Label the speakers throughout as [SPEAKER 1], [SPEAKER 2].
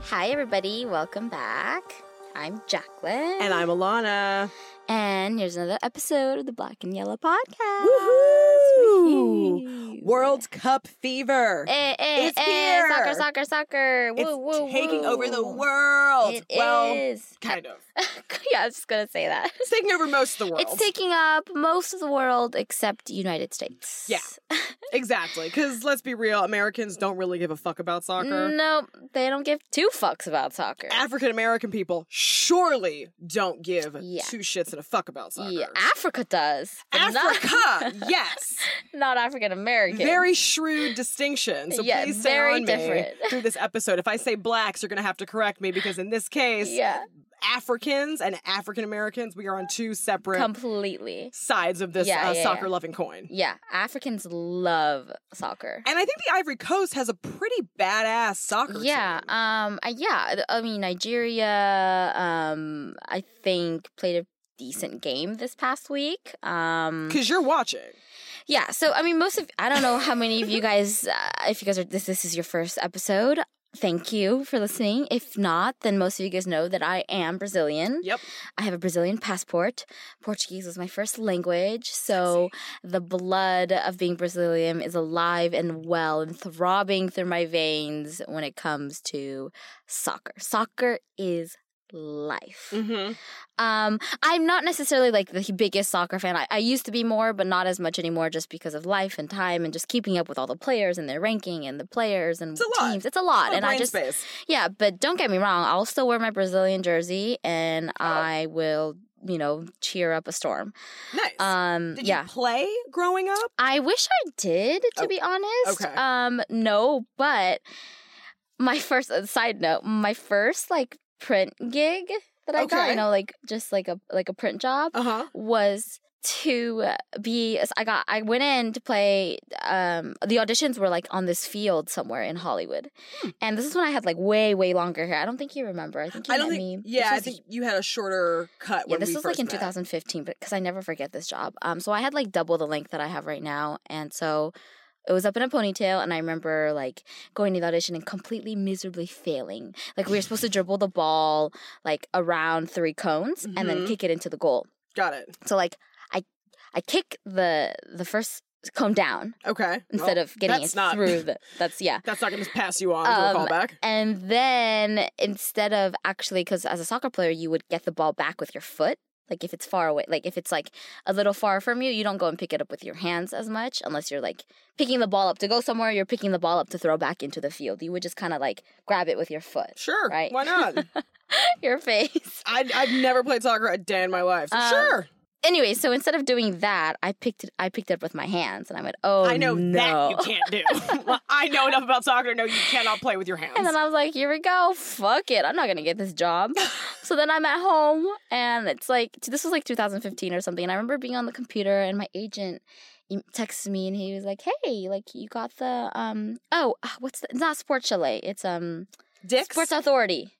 [SPEAKER 1] Hi, everybody. Welcome back. I'm Jacqueline.
[SPEAKER 2] And I'm Alana.
[SPEAKER 1] And here's another episode of the Black and Yellow Podcast.
[SPEAKER 2] Woohoo!
[SPEAKER 1] Woohoo!
[SPEAKER 2] World Cup fever.
[SPEAKER 1] Eh, eh,
[SPEAKER 2] It's
[SPEAKER 1] eh,
[SPEAKER 2] here.
[SPEAKER 1] Soccer, soccer, soccer. Woo,
[SPEAKER 2] it's
[SPEAKER 1] woo,
[SPEAKER 2] taking
[SPEAKER 1] woo.
[SPEAKER 2] over the world.
[SPEAKER 1] It
[SPEAKER 2] well,
[SPEAKER 1] is.
[SPEAKER 2] kind of.
[SPEAKER 1] yeah, I was just going to say that.
[SPEAKER 2] It's taking over most of the world.
[SPEAKER 1] It's taking up most of the world except United States.
[SPEAKER 2] Yeah. exactly. Because let's be real, Americans don't really give a fuck about soccer.
[SPEAKER 1] Nope, they don't give two fucks about soccer.
[SPEAKER 2] African American people surely don't give
[SPEAKER 1] Yeah.
[SPEAKER 2] two shits and a fuck about soccer.
[SPEAKER 1] Yeah, Africa does. but not-
[SPEAKER 2] Africa, yes.
[SPEAKER 1] Not, African American.
[SPEAKER 2] Very shrewd distinction. So
[SPEAKER 1] Yeah,
[SPEAKER 2] please stay
[SPEAKER 1] very
[SPEAKER 2] on
[SPEAKER 1] different.
[SPEAKER 2] me through this episode. If I say blacks, you're going to have to correct me because in this case,
[SPEAKER 1] Yeah,
[SPEAKER 2] Africans and African Americans, we are on two separate
[SPEAKER 1] completely.
[SPEAKER 2] sides of this
[SPEAKER 1] Yeah,
[SPEAKER 2] uh,
[SPEAKER 1] yeah, yeah.
[SPEAKER 2] soccer loving coin.
[SPEAKER 1] Yeah, Africans love soccer.
[SPEAKER 2] And I think the Ivory Coast has a pretty badass soccer
[SPEAKER 1] Yeah,
[SPEAKER 2] team.
[SPEAKER 1] um, I- yeah. th- I mean, Nigeria, um, I think played a decent game this past week. Um,
[SPEAKER 2] Because you're watching.
[SPEAKER 1] yeah. So I mean, most of I don't know how many of you guys, uh, if you guys are this, this is your first episode. Thank you for listening. If not, then most of you guys know that I am Brazilian.
[SPEAKER 2] Yep.
[SPEAKER 1] I have a Brazilian passport. Portuguese was my first language, so the blood of being Brazilian is alive and well and throbbing through my veins when it comes to soccer. Soccer is life.
[SPEAKER 2] Mm-hmm.
[SPEAKER 1] Um, I'm not necessarily like the biggest soccer fan. I, I used to be more, but not as much anymore just because of life and time and just keeping up with all the players and their ranking and the players and
[SPEAKER 2] It's a lot.
[SPEAKER 1] teams. It's a lot. and I just
[SPEAKER 2] space.
[SPEAKER 1] yeah, but don't get me wrong. I'll still wear my Brazilian jersey, and
[SPEAKER 2] Oh.
[SPEAKER 1] I will, you know, cheer up a storm.
[SPEAKER 2] Nice.
[SPEAKER 1] Um,
[SPEAKER 2] Did
[SPEAKER 1] yeah,
[SPEAKER 2] you play growing up?
[SPEAKER 1] I wish I did, to
[SPEAKER 2] Oh,
[SPEAKER 1] be honest.
[SPEAKER 2] okay.
[SPEAKER 1] Um, no, but my first uh, side note, my first like print gig that I got,
[SPEAKER 2] Okay.
[SPEAKER 1] you know, like just like a like a print job
[SPEAKER 2] Uh huh.
[SPEAKER 1] was to be I got I went in to play um the auditions were like on this field somewhere in Hollywood.
[SPEAKER 2] Hmm.
[SPEAKER 1] And this is when I had like way way longer hair. I don't think you remember. I think you
[SPEAKER 2] I don't
[SPEAKER 1] met
[SPEAKER 2] think.
[SPEAKER 1] me.
[SPEAKER 2] Yeah, I
[SPEAKER 1] This was-
[SPEAKER 2] think you had a shorter cut.
[SPEAKER 1] yeah,
[SPEAKER 2] when
[SPEAKER 1] this
[SPEAKER 2] we
[SPEAKER 1] was like
[SPEAKER 2] first
[SPEAKER 1] in
[SPEAKER 2] met.
[SPEAKER 1] 2015 but cuz I never forget this job. Um so I had like double the length that I have right now and so it was up in a ponytail and I remember like going to the audition and completely miserably failing. Like we were supposed to dribble the ball like around three cones and then
[SPEAKER 2] Mhm.
[SPEAKER 1] kick it into the goal.
[SPEAKER 2] Got it.
[SPEAKER 1] So like I I kick the the first cone down
[SPEAKER 2] Okay.
[SPEAKER 1] instead of getting
[SPEAKER 2] that's
[SPEAKER 1] it
[SPEAKER 2] not-
[SPEAKER 1] through the that's yeah.
[SPEAKER 2] That's not going to pass you on to a
[SPEAKER 1] Um,
[SPEAKER 2] callback.
[SPEAKER 1] And then instead of actually cuz as a soccer player you would get the ball back with your foot. Like if it's far away, like if it's like a little far from you, you don't go and pick it up with your hands as much unless you're like picking the ball up to go somewhere, you're picking the ball up to throw back into the field. You would just kind of like grab it with your foot.
[SPEAKER 2] Sure.
[SPEAKER 1] right.
[SPEAKER 2] Why not?
[SPEAKER 1] Your face.
[SPEAKER 2] I, I've never played soccer a day in my life. So
[SPEAKER 1] Um,
[SPEAKER 2] sure.
[SPEAKER 1] Anyway, so instead of doing that, I picked it I picked it up with my hands and I went, "Oh
[SPEAKER 2] I know
[SPEAKER 1] no.
[SPEAKER 2] that you can't do. I know enough about soccer to know you cannot play with your hands.
[SPEAKER 1] And then I was like, here we go. Fuck it. I'm not going to get this job. so then I'm at home and it's like, this was like 2015 or something. And I remember being on the computer and my agent e- texted me and he was like, hey, like you got the, um, oh, ah, what's the, it's not Sports Chalet. It's, um,
[SPEAKER 2] Dicks.
[SPEAKER 1] Sports Authority.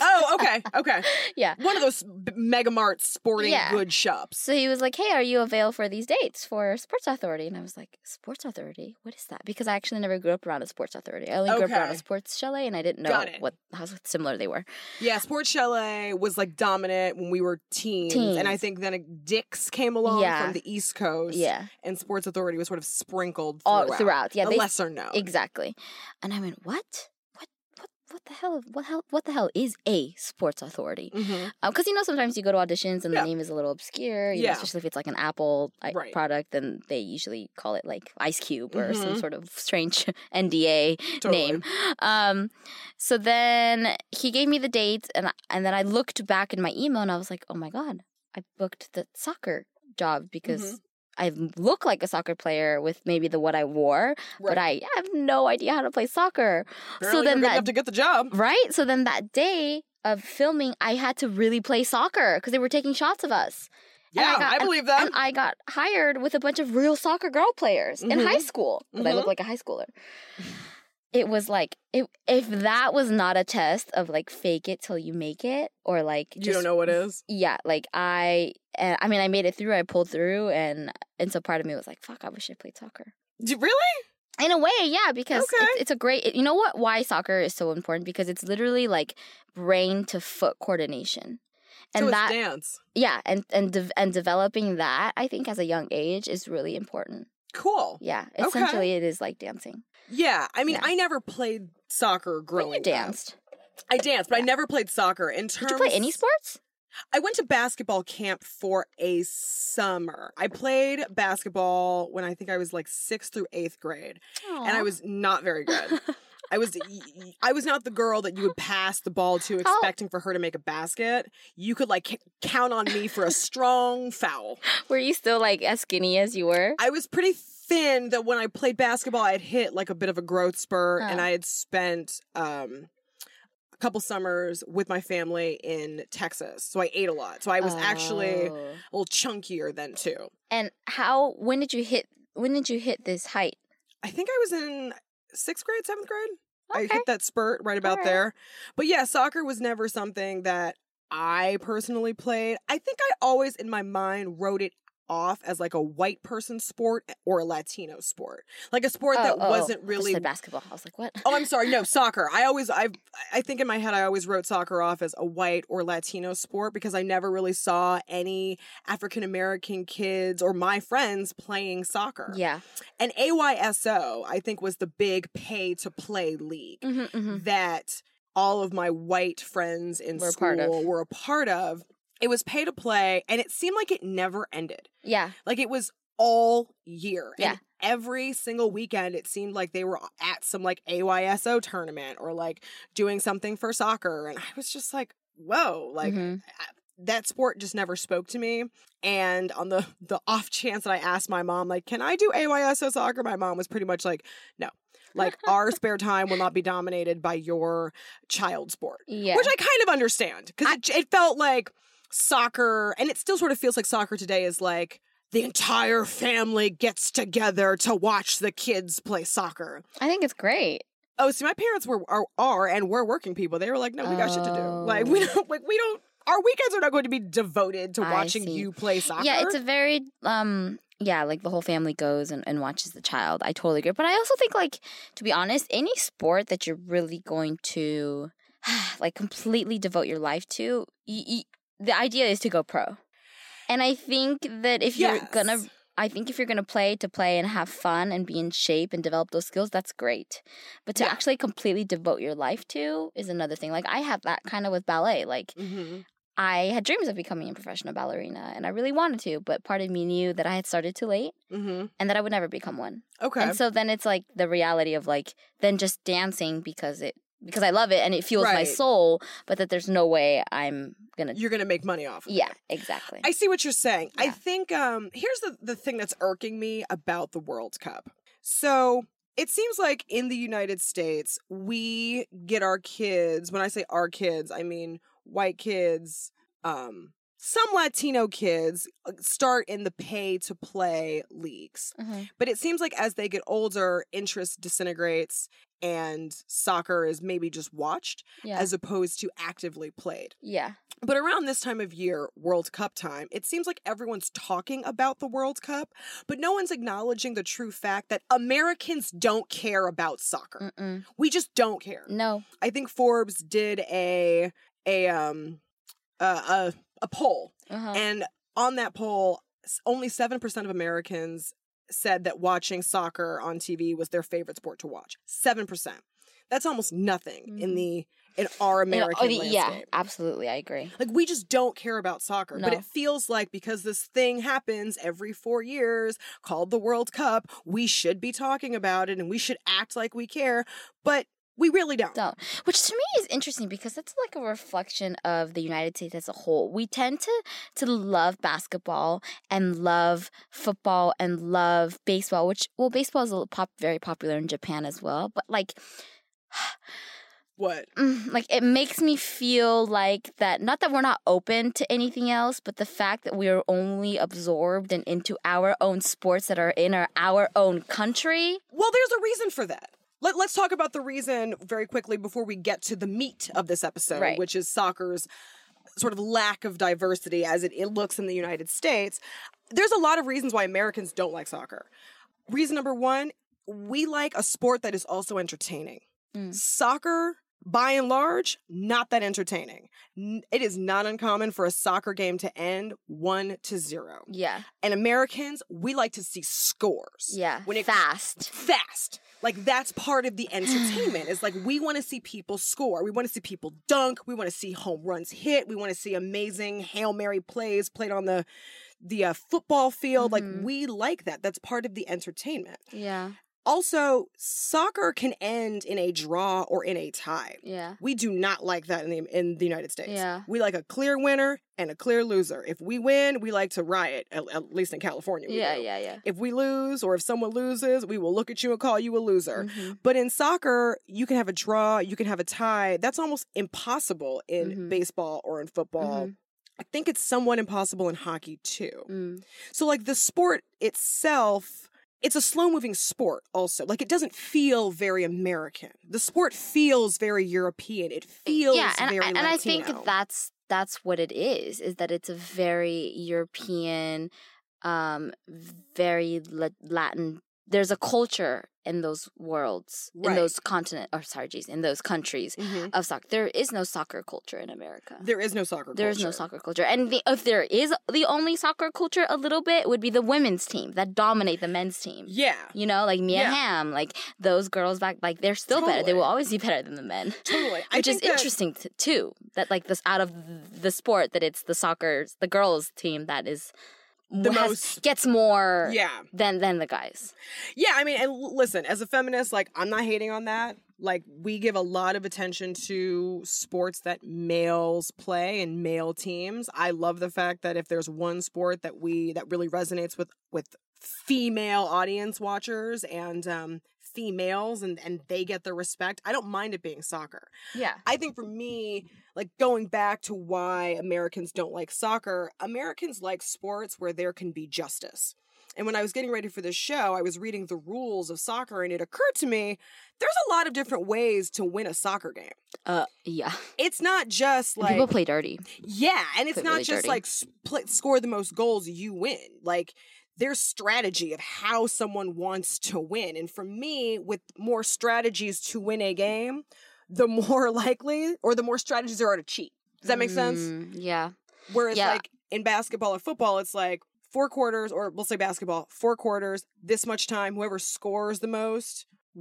[SPEAKER 2] oh, okay, okay.
[SPEAKER 1] Yeah.
[SPEAKER 2] One of those b- mega mart sporting
[SPEAKER 1] Yeah.
[SPEAKER 2] good shops.
[SPEAKER 1] So he was like, hey, are you available for these dates for Sports Authority? And I was like, Sports Authority? What is that? Because I actually never grew up around a Sports Authority. I only grew up around
[SPEAKER 2] Okay.
[SPEAKER 1] a Sports Chalet and I didn't know
[SPEAKER 2] Got it.
[SPEAKER 1] what, how similar they were.
[SPEAKER 2] Yeah, Sports Chalet was like dominant when we were teens, and I
[SPEAKER 1] Teens.
[SPEAKER 2] think then it- Dick's came along
[SPEAKER 1] Yeah.
[SPEAKER 2] from the East Coast.
[SPEAKER 1] Yeah.
[SPEAKER 2] and Sports Authority was sort of sprinkled
[SPEAKER 1] All
[SPEAKER 2] throughout.
[SPEAKER 1] throughout. Yeah.
[SPEAKER 2] a
[SPEAKER 1] they
[SPEAKER 2] lesser known.
[SPEAKER 1] Exactly. And I went, what? What? What? What the hell? What hell? What the hell is a sports authority?
[SPEAKER 2] Mhm.
[SPEAKER 1] Because you know sometimes you go to auditions and
[SPEAKER 2] Yeah.
[SPEAKER 1] the name is a little obscure. You know,
[SPEAKER 2] Yeah.
[SPEAKER 1] especially if it's like an Apple like,
[SPEAKER 2] Right.
[SPEAKER 1] product, then they usually call it like Ice Cube or some
[SPEAKER 2] Mhm.
[SPEAKER 1] sort of strange NDA
[SPEAKER 2] Totally.
[SPEAKER 1] name. Um, so then he gave me the dates, and I- and then I looked back in my email, and I was like, oh my god, I booked the soccer job
[SPEAKER 2] Mm-hmm.
[SPEAKER 1] because I look like a soccer player with maybe the what I wore, but
[SPEAKER 2] Right.
[SPEAKER 1] I have no idea how to play soccer.
[SPEAKER 2] Apparently
[SPEAKER 1] then
[SPEAKER 2] you're good
[SPEAKER 1] that-
[SPEAKER 2] enough to get the job.
[SPEAKER 1] Right? So then that day of filming, I had to really play soccer because they were taking shots of us. and I
[SPEAKER 2] Yeah,
[SPEAKER 1] got-
[SPEAKER 2] I believe that.
[SPEAKER 1] And I got hired with a bunch of real soccer girl players in
[SPEAKER 2] Mhm.
[SPEAKER 1] high school. But I look like a high schooler. It was like it, if that was not a test of like fake it till you make it or like just,
[SPEAKER 2] you don't know what is.
[SPEAKER 1] Yeah, like I and I mean I made it through. I pulled through and and so part of me was like, fuck, I wish I played soccer.
[SPEAKER 2] Do- Really?
[SPEAKER 1] In a way, yeah, because
[SPEAKER 2] Okay.
[SPEAKER 1] it's, it's a great. you know what? Why soccer is so important? Because it's literally like brain to foot coordination, and
[SPEAKER 2] so it's
[SPEAKER 1] that
[SPEAKER 2] dance.
[SPEAKER 1] yeah, and and de- and developing that I think as a young age is really important.
[SPEAKER 2] Cool.
[SPEAKER 1] Yeah,
[SPEAKER 2] Okay.
[SPEAKER 1] essentially it is like dancing.
[SPEAKER 2] Yeah. I mean,
[SPEAKER 1] Yeah.
[SPEAKER 2] I never played soccer
[SPEAKER 1] But
[SPEAKER 2] growing
[SPEAKER 1] you danced.
[SPEAKER 2] up. I danced, but I never played soccer. In
[SPEAKER 1] Did
[SPEAKER 2] terms,
[SPEAKER 1] you play any sports?
[SPEAKER 2] I went to basketball camp for a summer. I played basketball when I think I was like sixth through eighth grade, and I
[SPEAKER 1] Aw.
[SPEAKER 2] was not very good. I was I was not the girl that you would pass the ball to,
[SPEAKER 1] How-
[SPEAKER 2] expecting for her to make a basket. You could like c- count on me for a strong foul.
[SPEAKER 1] Were you still like as skinny as you were?
[SPEAKER 2] I was pretty thin that when I played basketball, I had hit like a bit of a growth spurt, and
[SPEAKER 1] Huh.
[SPEAKER 2] I had spent um, a couple summers with my family in Texas. So I ate a lot. So I was actually a
[SPEAKER 1] Oh.
[SPEAKER 2] little chunkier then too.
[SPEAKER 1] And how? When did you hit? When did you hit this height?
[SPEAKER 2] I think I was in sixth grade, seventh grade. I
[SPEAKER 1] Okay.
[SPEAKER 2] hit that spurt right about
[SPEAKER 1] Alright.
[SPEAKER 2] there. But yeah, soccer was never something that I personally played. I think I always, in my mind, wrote it off as like a white person sport or a Latino sport, like a sport that
[SPEAKER 1] Oh, oh, oh.
[SPEAKER 2] wasn't
[SPEAKER 1] I just
[SPEAKER 2] really
[SPEAKER 1] said basketball. I was like, what?
[SPEAKER 2] Oh, I'm sorry. No, soccer. I always, I, I think in my head, I always wrote soccer off as a white or Latino sport because I never really saw any African American kids or my friends playing soccer.
[SPEAKER 1] yeah.
[SPEAKER 2] And AYSO, I think, was the big pay to play league
[SPEAKER 1] hmm hmm
[SPEAKER 2] that all of my white friends in
[SPEAKER 1] Were a
[SPEAKER 2] school
[SPEAKER 1] part of.
[SPEAKER 2] were a part of. It was pay to play, and it seemed like it never ended.
[SPEAKER 1] Yeah.
[SPEAKER 2] Like it was all year.
[SPEAKER 1] Yeah.
[SPEAKER 2] And every single weekend it seemed like they were at some like AYSO tournament or like doing something for soccer. And I was just like, whoa, like
[SPEAKER 1] Mhm.
[SPEAKER 2] that sport just never spoke to me. And on the the off chance that I asked my mom, like, can I do AYSO soccer? My mom was pretty much like, no. Like our spare time will not be dominated by your child sport
[SPEAKER 1] Yeah.
[SPEAKER 2] which I kind of understand because it, it felt like soccer, and it still sort of feels like soccer today is like the entire family gets together to watch the kids play soccer.
[SPEAKER 1] I think it's great.
[SPEAKER 2] Oh, see, my parents were are, are and were working people. They were like, no, we got shit to do. Like we
[SPEAKER 1] Oh.
[SPEAKER 2] don't like we don't. Our weekends are not going to be devoted to
[SPEAKER 1] I
[SPEAKER 2] watching
[SPEAKER 1] see.
[SPEAKER 2] you play soccer.
[SPEAKER 1] Yeah, it's a very um yeah, like the whole family goes and, and watches the child. I totally agree. But I also think like to be honest, any sport that you're really going to like completely devote your life to, y y the idea is to go pro. And I think that if you're gonna
[SPEAKER 2] Yes.
[SPEAKER 1] I think if you're gonna play to play and have fun and be in shape and develop those skills, that's great. But to
[SPEAKER 2] Yeah.
[SPEAKER 1] actually completely devote your life to is another thing. Like I have that kind of with ballet. Like
[SPEAKER 2] Mhm.
[SPEAKER 1] I had dreams of becoming a professional ballerina and I really wanted to, but part of me knew that I had started too late
[SPEAKER 2] Mhm.
[SPEAKER 1] and that I would never become one.
[SPEAKER 2] Okay.
[SPEAKER 1] And so then it's like the reality of like then just dancing because it because I love it and it fuels my
[SPEAKER 2] Right.
[SPEAKER 1] soul, but that there's no way I'm gonna
[SPEAKER 2] You're going to make money off. of
[SPEAKER 1] Yeah, exactly.
[SPEAKER 2] I see what you're saying. I
[SPEAKER 1] Yeah.
[SPEAKER 2] think um here's the the thing that's irking me about the World Cup. So, it seems like in the United States, we get our kids, when I say our kids, I mean white kids, um some Latino kids uh, start in the pay to play leagues.
[SPEAKER 1] Mhm.
[SPEAKER 2] But it seems like as they get older, interest disintegrates and soccer is maybe just watched
[SPEAKER 1] Yeah.
[SPEAKER 2] as opposed to actively played.
[SPEAKER 1] yeah.
[SPEAKER 2] But around this time of year, World Cup time, it seems like everyone's talking about the World Cup, but no one's acknowledging the true fact that Americans don't care about soccer.
[SPEAKER 1] Mm-mm.
[SPEAKER 2] We just don't care.
[SPEAKER 1] No.
[SPEAKER 2] I think Forbes did a a um uh, a a poll,
[SPEAKER 1] Uh-huh.
[SPEAKER 2] and on that poll, s- only seven percent of Americans said that watching soccer on TV was their favorite sport to watch. Seven percent. That's almost nothing in
[SPEAKER 1] Mhm.
[SPEAKER 2] the in our
[SPEAKER 1] You know,
[SPEAKER 2] American
[SPEAKER 1] oh, the- yeah,
[SPEAKER 2] landscape.
[SPEAKER 1] absolutely, I agree.
[SPEAKER 2] Like we just don't care about soccer. But
[SPEAKER 1] No.
[SPEAKER 2] it feels like because this thing happens every 4 years called the World Cup, we should be talking about it and we should act like we care, but we really don't.
[SPEAKER 1] Don't. Which to me is interesting because that's like a reflection of the United States as a whole. We tend to to love basketball and love football and love baseball, which well, baseball is a little pop very popular in Japan as well. But like,
[SPEAKER 2] What?
[SPEAKER 1] mm, like it makes me feel like that. Not that we're not open to anything else, but the fact that we are only absorbed and into our own sports that are in our our own country.
[SPEAKER 2] Well, there's a reason for that. Let, let's talk about the reason very quickly before we get to the meat of this episode,
[SPEAKER 1] Right.
[SPEAKER 2] which is soccer's sort of lack of diversity as it, it looks in the United States. There's a lot of reasons why Americans don't like soccer. Reason number one we like a sport that is also entertaining.
[SPEAKER 1] Mm.
[SPEAKER 2] Soccer, by and large, not that entertaining. N- It is not uncommon for a soccer game to end one to zero.
[SPEAKER 1] Yeah.
[SPEAKER 2] And Americans, we like to see scores
[SPEAKER 1] Yeah.
[SPEAKER 2] When it-
[SPEAKER 1] Fast.
[SPEAKER 2] fast. Like that's part of the entertainment. It's like we want to see people score. We want to see people dunk. We want to see home runs hit. We want to see amazing hail mary plays played on the the uh, football
[SPEAKER 1] Mhm.
[SPEAKER 2] field. Like we like that. That's part of the entertainment.
[SPEAKER 1] Yeah.
[SPEAKER 2] Also, soccer can end in a draw or in a tie.
[SPEAKER 1] Yeah.
[SPEAKER 2] We do not like that in the in the United States.
[SPEAKER 1] Yeah.
[SPEAKER 2] We like a clear winner and a clear loser. If we win, we like to riot. At, at least in California. we
[SPEAKER 1] Yeah.
[SPEAKER 2] do.
[SPEAKER 1] Yeah. Yeah.
[SPEAKER 2] If we lose or if someone loses, we will look at you and call you a loser.
[SPEAKER 1] Mhm.
[SPEAKER 2] But in soccer, you can have a draw, you can have a tie. That's almost impossible in
[SPEAKER 1] Mhm.
[SPEAKER 2] baseball or in football.
[SPEAKER 1] Mm-hmm.
[SPEAKER 2] I think it's somewhat impossible in hockey too.
[SPEAKER 1] Mm.
[SPEAKER 2] So like the sport itself, it's a slow-moving sport also. Like it doesn't feel very American. The sport feels very European. It feels
[SPEAKER 1] yeah, and,
[SPEAKER 2] very
[SPEAKER 1] I, and I think
[SPEAKER 2] Latino.
[SPEAKER 1] that's that's what it is. Is that it's a very European, um, very la- Latin. There's a culture in those worlds, in
[SPEAKER 2] Right.
[SPEAKER 1] those continent, or sorry, geez, in those countries
[SPEAKER 2] Mhm.
[SPEAKER 1] of soccer. There is no soccer culture in America.
[SPEAKER 2] there is no soccer
[SPEAKER 1] There is no
[SPEAKER 2] culture.
[SPEAKER 1] soccer culture, and the, if there is the only soccer culture, a little bit would be the women's team that dominate the men's team.
[SPEAKER 2] Yeah.
[SPEAKER 1] You know, like Mia
[SPEAKER 2] Yeah.
[SPEAKER 1] Hamm, like those girls back, like they're still better. They
[SPEAKER 2] Totally.
[SPEAKER 1] will always be better than the men
[SPEAKER 2] Totally. I
[SPEAKER 1] which is
[SPEAKER 2] think that-
[SPEAKER 1] interesting t- too that like this out of the sport that it's the soccer the girls team that is
[SPEAKER 2] The
[SPEAKER 1] has-
[SPEAKER 2] most-
[SPEAKER 1] gets more
[SPEAKER 2] Yeah.
[SPEAKER 1] than than the guys
[SPEAKER 2] Yeah, I mean, and l- listen, as a feminist, like I'm not hating on that. Like we give a lot of attention to sports that males play and male teams. I love the fact that if there's one sport that we that really resonates with with female audience watchers and um females and and they get the respect. I don't mind it being soccer.
[SPEAKER 1] yeah
[SPEAKER 2] I think for me, like going back to why Americans don't like soccer, Americans like sports where there can be justice. And when I was getting ready for this show, I was reading the rules of soccer, and it occurred to me there's a lot of different ways to win a soccer game.
[SPEAKER 1] uh yeah
[SPEAKER 2] It's not just
[SPEAKER 1] And
[SPEAKER 2] like
[SPEAKER 1] people play dirty
[SPEAKER 2] yeah, and it's
[SPEAKER 1] Put
[SPEAKER 2] not
[SPEAKER 1] really
[SPEAKER 2] just
[SPEAKER 1] dirty.
[SPEAKER 2] like split, score the most goals, you win. Like their strategy of how someone wants to win. And for me, with more strategies to win a game, the more likely or the more strategies there are to cheat. Does that make sense?
[SPEAKER 1] Mm, yeah
[SPEAKER 2] Whereas
[SPEAKER 1] yeah.
[SPEAKER 2] like in basketball or football, it's like four quarters, or we'll say basketball, four quarters, this much time, whoever scores the most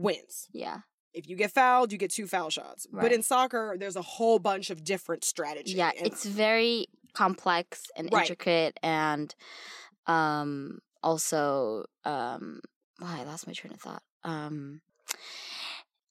[SPEAKER 2] wins
[SPEAKER 1] yeah
[SPEAKER 2] if you get fouled, you get two foul shots. But
[SPEAKER 1] Right.
[SPEAKER 2] in soccer, there's a whole bunch of different strategies.
[SPEAKER 1] yeah it's very complex and
[SPEAKER 2] Right.
[SPEAKER 1] intricate and um also um oh, i lost my train of thought um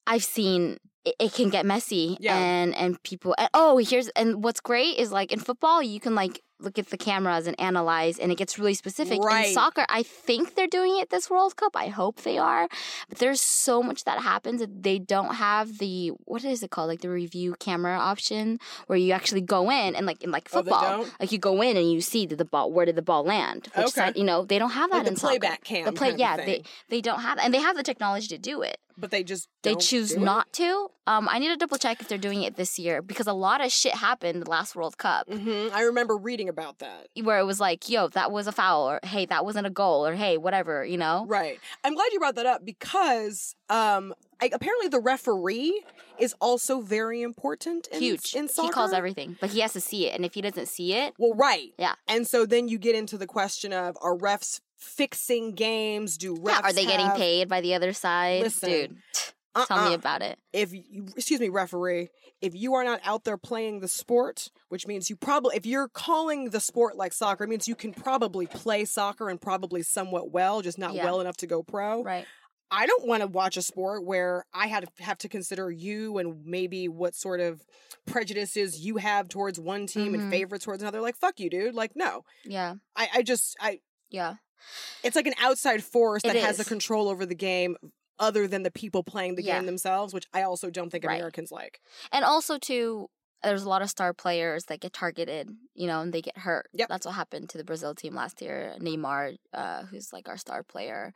[SPEAKER 1] i've seen it, it can get messy
[SPEAKER 2] Yeah.
[SPEAKER 1] and and people and, oh here's and what's great is like in football you can like look at the cameras and analyze and it gets really specific
[SPEAKER 2] Right.
[SPEAKER 1] in soccer i think they're doing it this world cup i hope they are but there's so much that happens that they don't have the what is it called like the review camera option where you actually go in and like in like
[SPEAKER 2] Oh, they
[SPEAKER 1] football
[SPEAKER 2] don't?
[SPEAKER 1] like you go in and you see did the ball where did the ball land which
[SPEAKER 2] Okay.
[SPEAKER 1] side, you know they don't have that
[SPEAKER 2] like
[SPEAKER 1] in
[SPEAKER 2] the
[SPEAKER 1] soccer.
[SPEAKER 2] playback cam.
[SPEAKER 1] the play
[SPEAKER 2] kind of
[SPEAKER 1] yeah
[SPEAKER 2] thing.
[SPEAKER 1] they they don't have and they have the technology to do it
[SPEAKER 2] but they just
[SPEAKER 1] they
[SPEAKER 2] don't
[SPEAKER 1] choose
[SPEAKER 2] do it?
[SPEAKER 1] not to um i need to double check if they're doing it this year because a lot of shit happened last world cup
[SPEAKER 2] Mhm. I remember reading about that.
[SPEAKER 1] where it was like yo that was a foul or hey that wasn't a goal or hey whatever you know
[SPEAKER 2] Right. I'm glad you brought that up because um, I, apparently the referee is also very important. In,
[SPEAKER 1] huge
[SPEAKER 2] in soccer.
[SPEAKER 1] he calls everything but he has to see it and if he doesn't see it
[SPEAKER 2] Well, right.
[SPEAKER 1] Yeah.
[SPEAKER 2] And so then you get into the question of are refs fixing games? Do refs
[SPEAKER 1] yeah, are they getting
[SPEAKER 2] have-
[SPEAKER 1] paid by the other side
[SPEAKER 2] Listen,
[SPEAKER 1] dude
[SPEAKER 2] Uh-uh.
[SPEAKER 1] tell me about it
[SPEAKER 2] if you, excuse me referee if you are not out there playing the sport which means you probably if you're calling the sport like soccer it means you can probably play soccer and probably somewhat well just not
[SPEAKER 1] Yeah.
[SPEAKER 2] well enough to go pro
[SPEAKER 1] right
[SPEAKER 2] i don't want to watch a sport where i had have to consider you and maybe what sort of prejudices you have towards one team
[SPEAKER 1] Mhm.
[SPEAKER 2] and favor towards another like fuck you dude like no
[SPEAKER 1] yeah
[SPEAKER 2] i, I just i
[SPEAKER 1] yeah
[SPEAKER 2] it's like an outside force
[SPEAKER 1] It
[SPEAKER 2] that has the
[SPEAKER 1] is.
[SPEAKER 2] control over the game other than the people playing the
[SPEAKER 1] Yeah.
[SPEAKER 2] game themselves which i also don't think
[SPEAKER 1] Right.
[SPEAKER 2] americans like
[SPEAKER 1] And also too, there's a lot of star players that get targeted, you know, and they get hurt.
[SPEAKER 2] Yep.
[SPEAKER 1] That's what happened to the Brazil team last year. Neymar, uh, who's like our star player,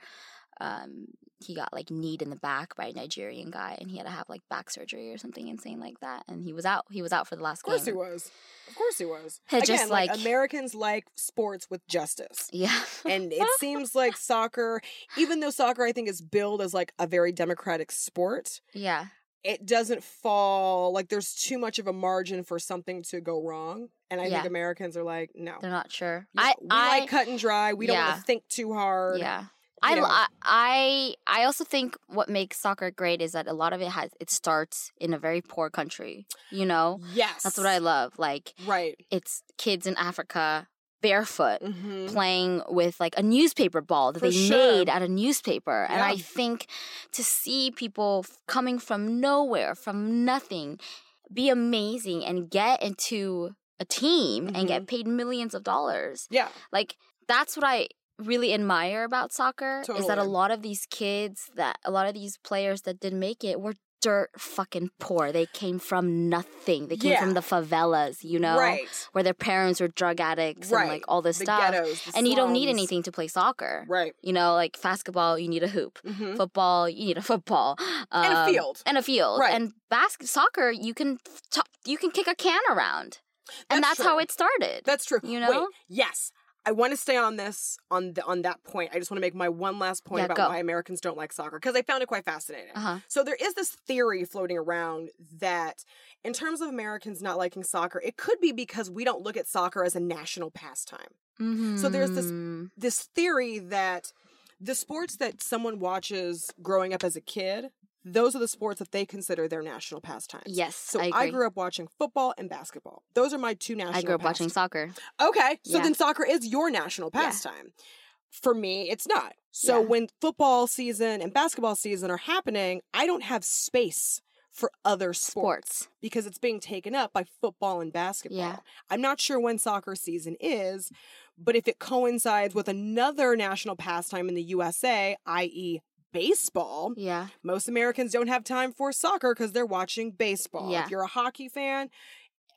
[SPEAKER 1] um, he got like kneed in the back by a Nigerian guy, and he had to have like back surgery or something insane like that. And he was out. He was out for the last
[SPEAKER 2] Of course he
[SPEAKER 1] game.
[SPEAKER 2] was. Of course he was.
[SPEAKER 1] Had
[SPEAKER 2] Again,
[SPEAKER 1] just,
[SPEAKER 2] like,
[SPEAKER 1] like-
[SPEAKER 2] Americans like sports with justice.
[SPEAKER 1] Yeah.
[SPEAKER 2] And it seems like soccer, even though soccer I think is billed as like a very democratic sport,
[SPEAKER 1] yeah.
[SPEAKER 2] it doesn't fall like there's too much of a margin for something to go wrong. And I think
[SPEAKER 1] Yeah.
[SPEAKER 2] Americans are like, no.
[SPEAKER 1] They're not sure.
[SPEAKER 2] No,
[SPEAKER 1] I
[SPEAKER 2] we
[SPEAKER 1] I
[SPEAKER 2] like cut and dry. We don't want
[SPEAKER 1] Yeah.
[SPEAKER 2] to think too hard.
[SPEAKER 1] yeah. I,
[SPEAKER 2] know.
[SPEAKER 1] I I I also think what makes soccer great is that a lot of it has it starts in a very poor country. You know,
[SPEAKER 2] Yes.
[SPEAKER 1] that's what I love. Like
[SPEAKER 2] Right.
[SPEAKER 1] it's kids in Africa barefoot
[SPEAKER 2] Mm-hmm.
[SPEAKER 1] playing with like a newspaper ball that
[SPEAKER 2] For
[SPEAKER 1] they
[SPEAKER 2] sure.
[SPEAKER 1] made out of newspaper. And I
[SPEAKER 2] Yeah.
[SPEAKER 1] think to see people f- coming from nowhere, from nothing, be amazing and get into a team and
[SPEAKER 2] Mm-hmm.
[SPEAKER 1] get paid millions of dollars.
[SPEAKER 2] Yeah.
[SPEAKER 1] Like that's what I really admire about soccer is that a
[SPEAKER 2] Totally.
[SPEAKER 1] lot of these kids that a lot of these players that didn't make it were dirt fucking poor. They came from nothing. They came
[SPEAKER 2] Yeah.
[SPEAKER 1] from the favelas, you know?
[SPEAKER 2] Right.
[SPEAKER 1] Where their parents were drug addicts and
[SPEAKER 2] Right.
[SPEAKER 1] like all this
[SPEAKER 2] The
[SPEAKER 1] stuff
[SPEAKER 2] ghettos. the
[SPEAKER 1] and you don't need
[SPEAKER 2] slums.
[SPEAKER 1] anything to play soccer.
[SPEAKER 2] Right.
[SPEAKER 1] You know, like basketball, you need a hoop.
[SPEAKER 2] Mm-hmm.
[SPEAKER 1] Football, you need a football.
[SPEAKER 2] and a
[SPEAKER 1] Um,
[SPEAKER 2] field.
[SPEAKER 1] And a field.
[SPEAKER 2] Right.
[SPEAKER 1] And basket soccer, you can top, you can kick a can around, and
[SPEAKER 2] That's
[SPEAKER 1] that's, how
[SPEAKER 2] true.
[SPEAKER 1] it started.
[SPEAKER 2] That's true.
[SPEAKER 1] you
[SPEAKER 2] Wait,
[SPEAKER 1] know?
[SPEAKER 2] yes. I want to stay on this on the, on that point. I just want to make my one last point
[SPEAKER 1] Yeah,
[SPEAKER 2] about
[SPEAKER 1] go.
[SPEAKER 2] why Americans don't like soccer because I found it quite fascinating.
[SPEAKER 1] Uh huh.
[SPEAKER 2] So there is this theory floating around that in terms of Americans not liking soccer, it could be because we don't look at soccer as a national pastime. So there's this-
[SPEAKER 1] Mm,
[SPEAKER 2] This theory that the sports that someone watches growing up as a kid, those are the sports that they consider their national pastimes.
[SPEAKER 1] Yes,
[SPEAKER 2] So
[SPEAKER 1] I
[SPEAKER 2] I,
[SPEAKER 1] agree. I grew,
[SPEAKER 2] grew up watching football and basketball. Those are my two national
[SPEAKER 1] up watching
[SPEAKER 2] pastimes.
[SPEAKER 1] soccer.
[SPEAKER 2] Okay, so
[SPEAKER 1] Yeah.
[SPEAKER 2] then soccer is your national
[SPEAKER 1] Yeah.
[SPEAKER 2] pastime. For me, it's not. So
[SPEAKER 1] Yeah.
[SPEAKER 2] when football season and basketball season are happening, I don't have space for other sports,
[SPEAKER 1] Sports.
[SPEAKER 2] because it's being taken up by football and basketball.
[SPEAKER 1] Yeah.
[SPEAKER 2] I'm not sure when soccer season is, but if it coincides with another national pastime in the USA, i.e., e, baseball,
[SPEAKER 1] Yeah.
[SPEAKER 2] most Americans don't have time for soccer because they're watching baseball.
[SPEAKER 1] Yeah.
[SPEAKER 2] If you're a hockey fan,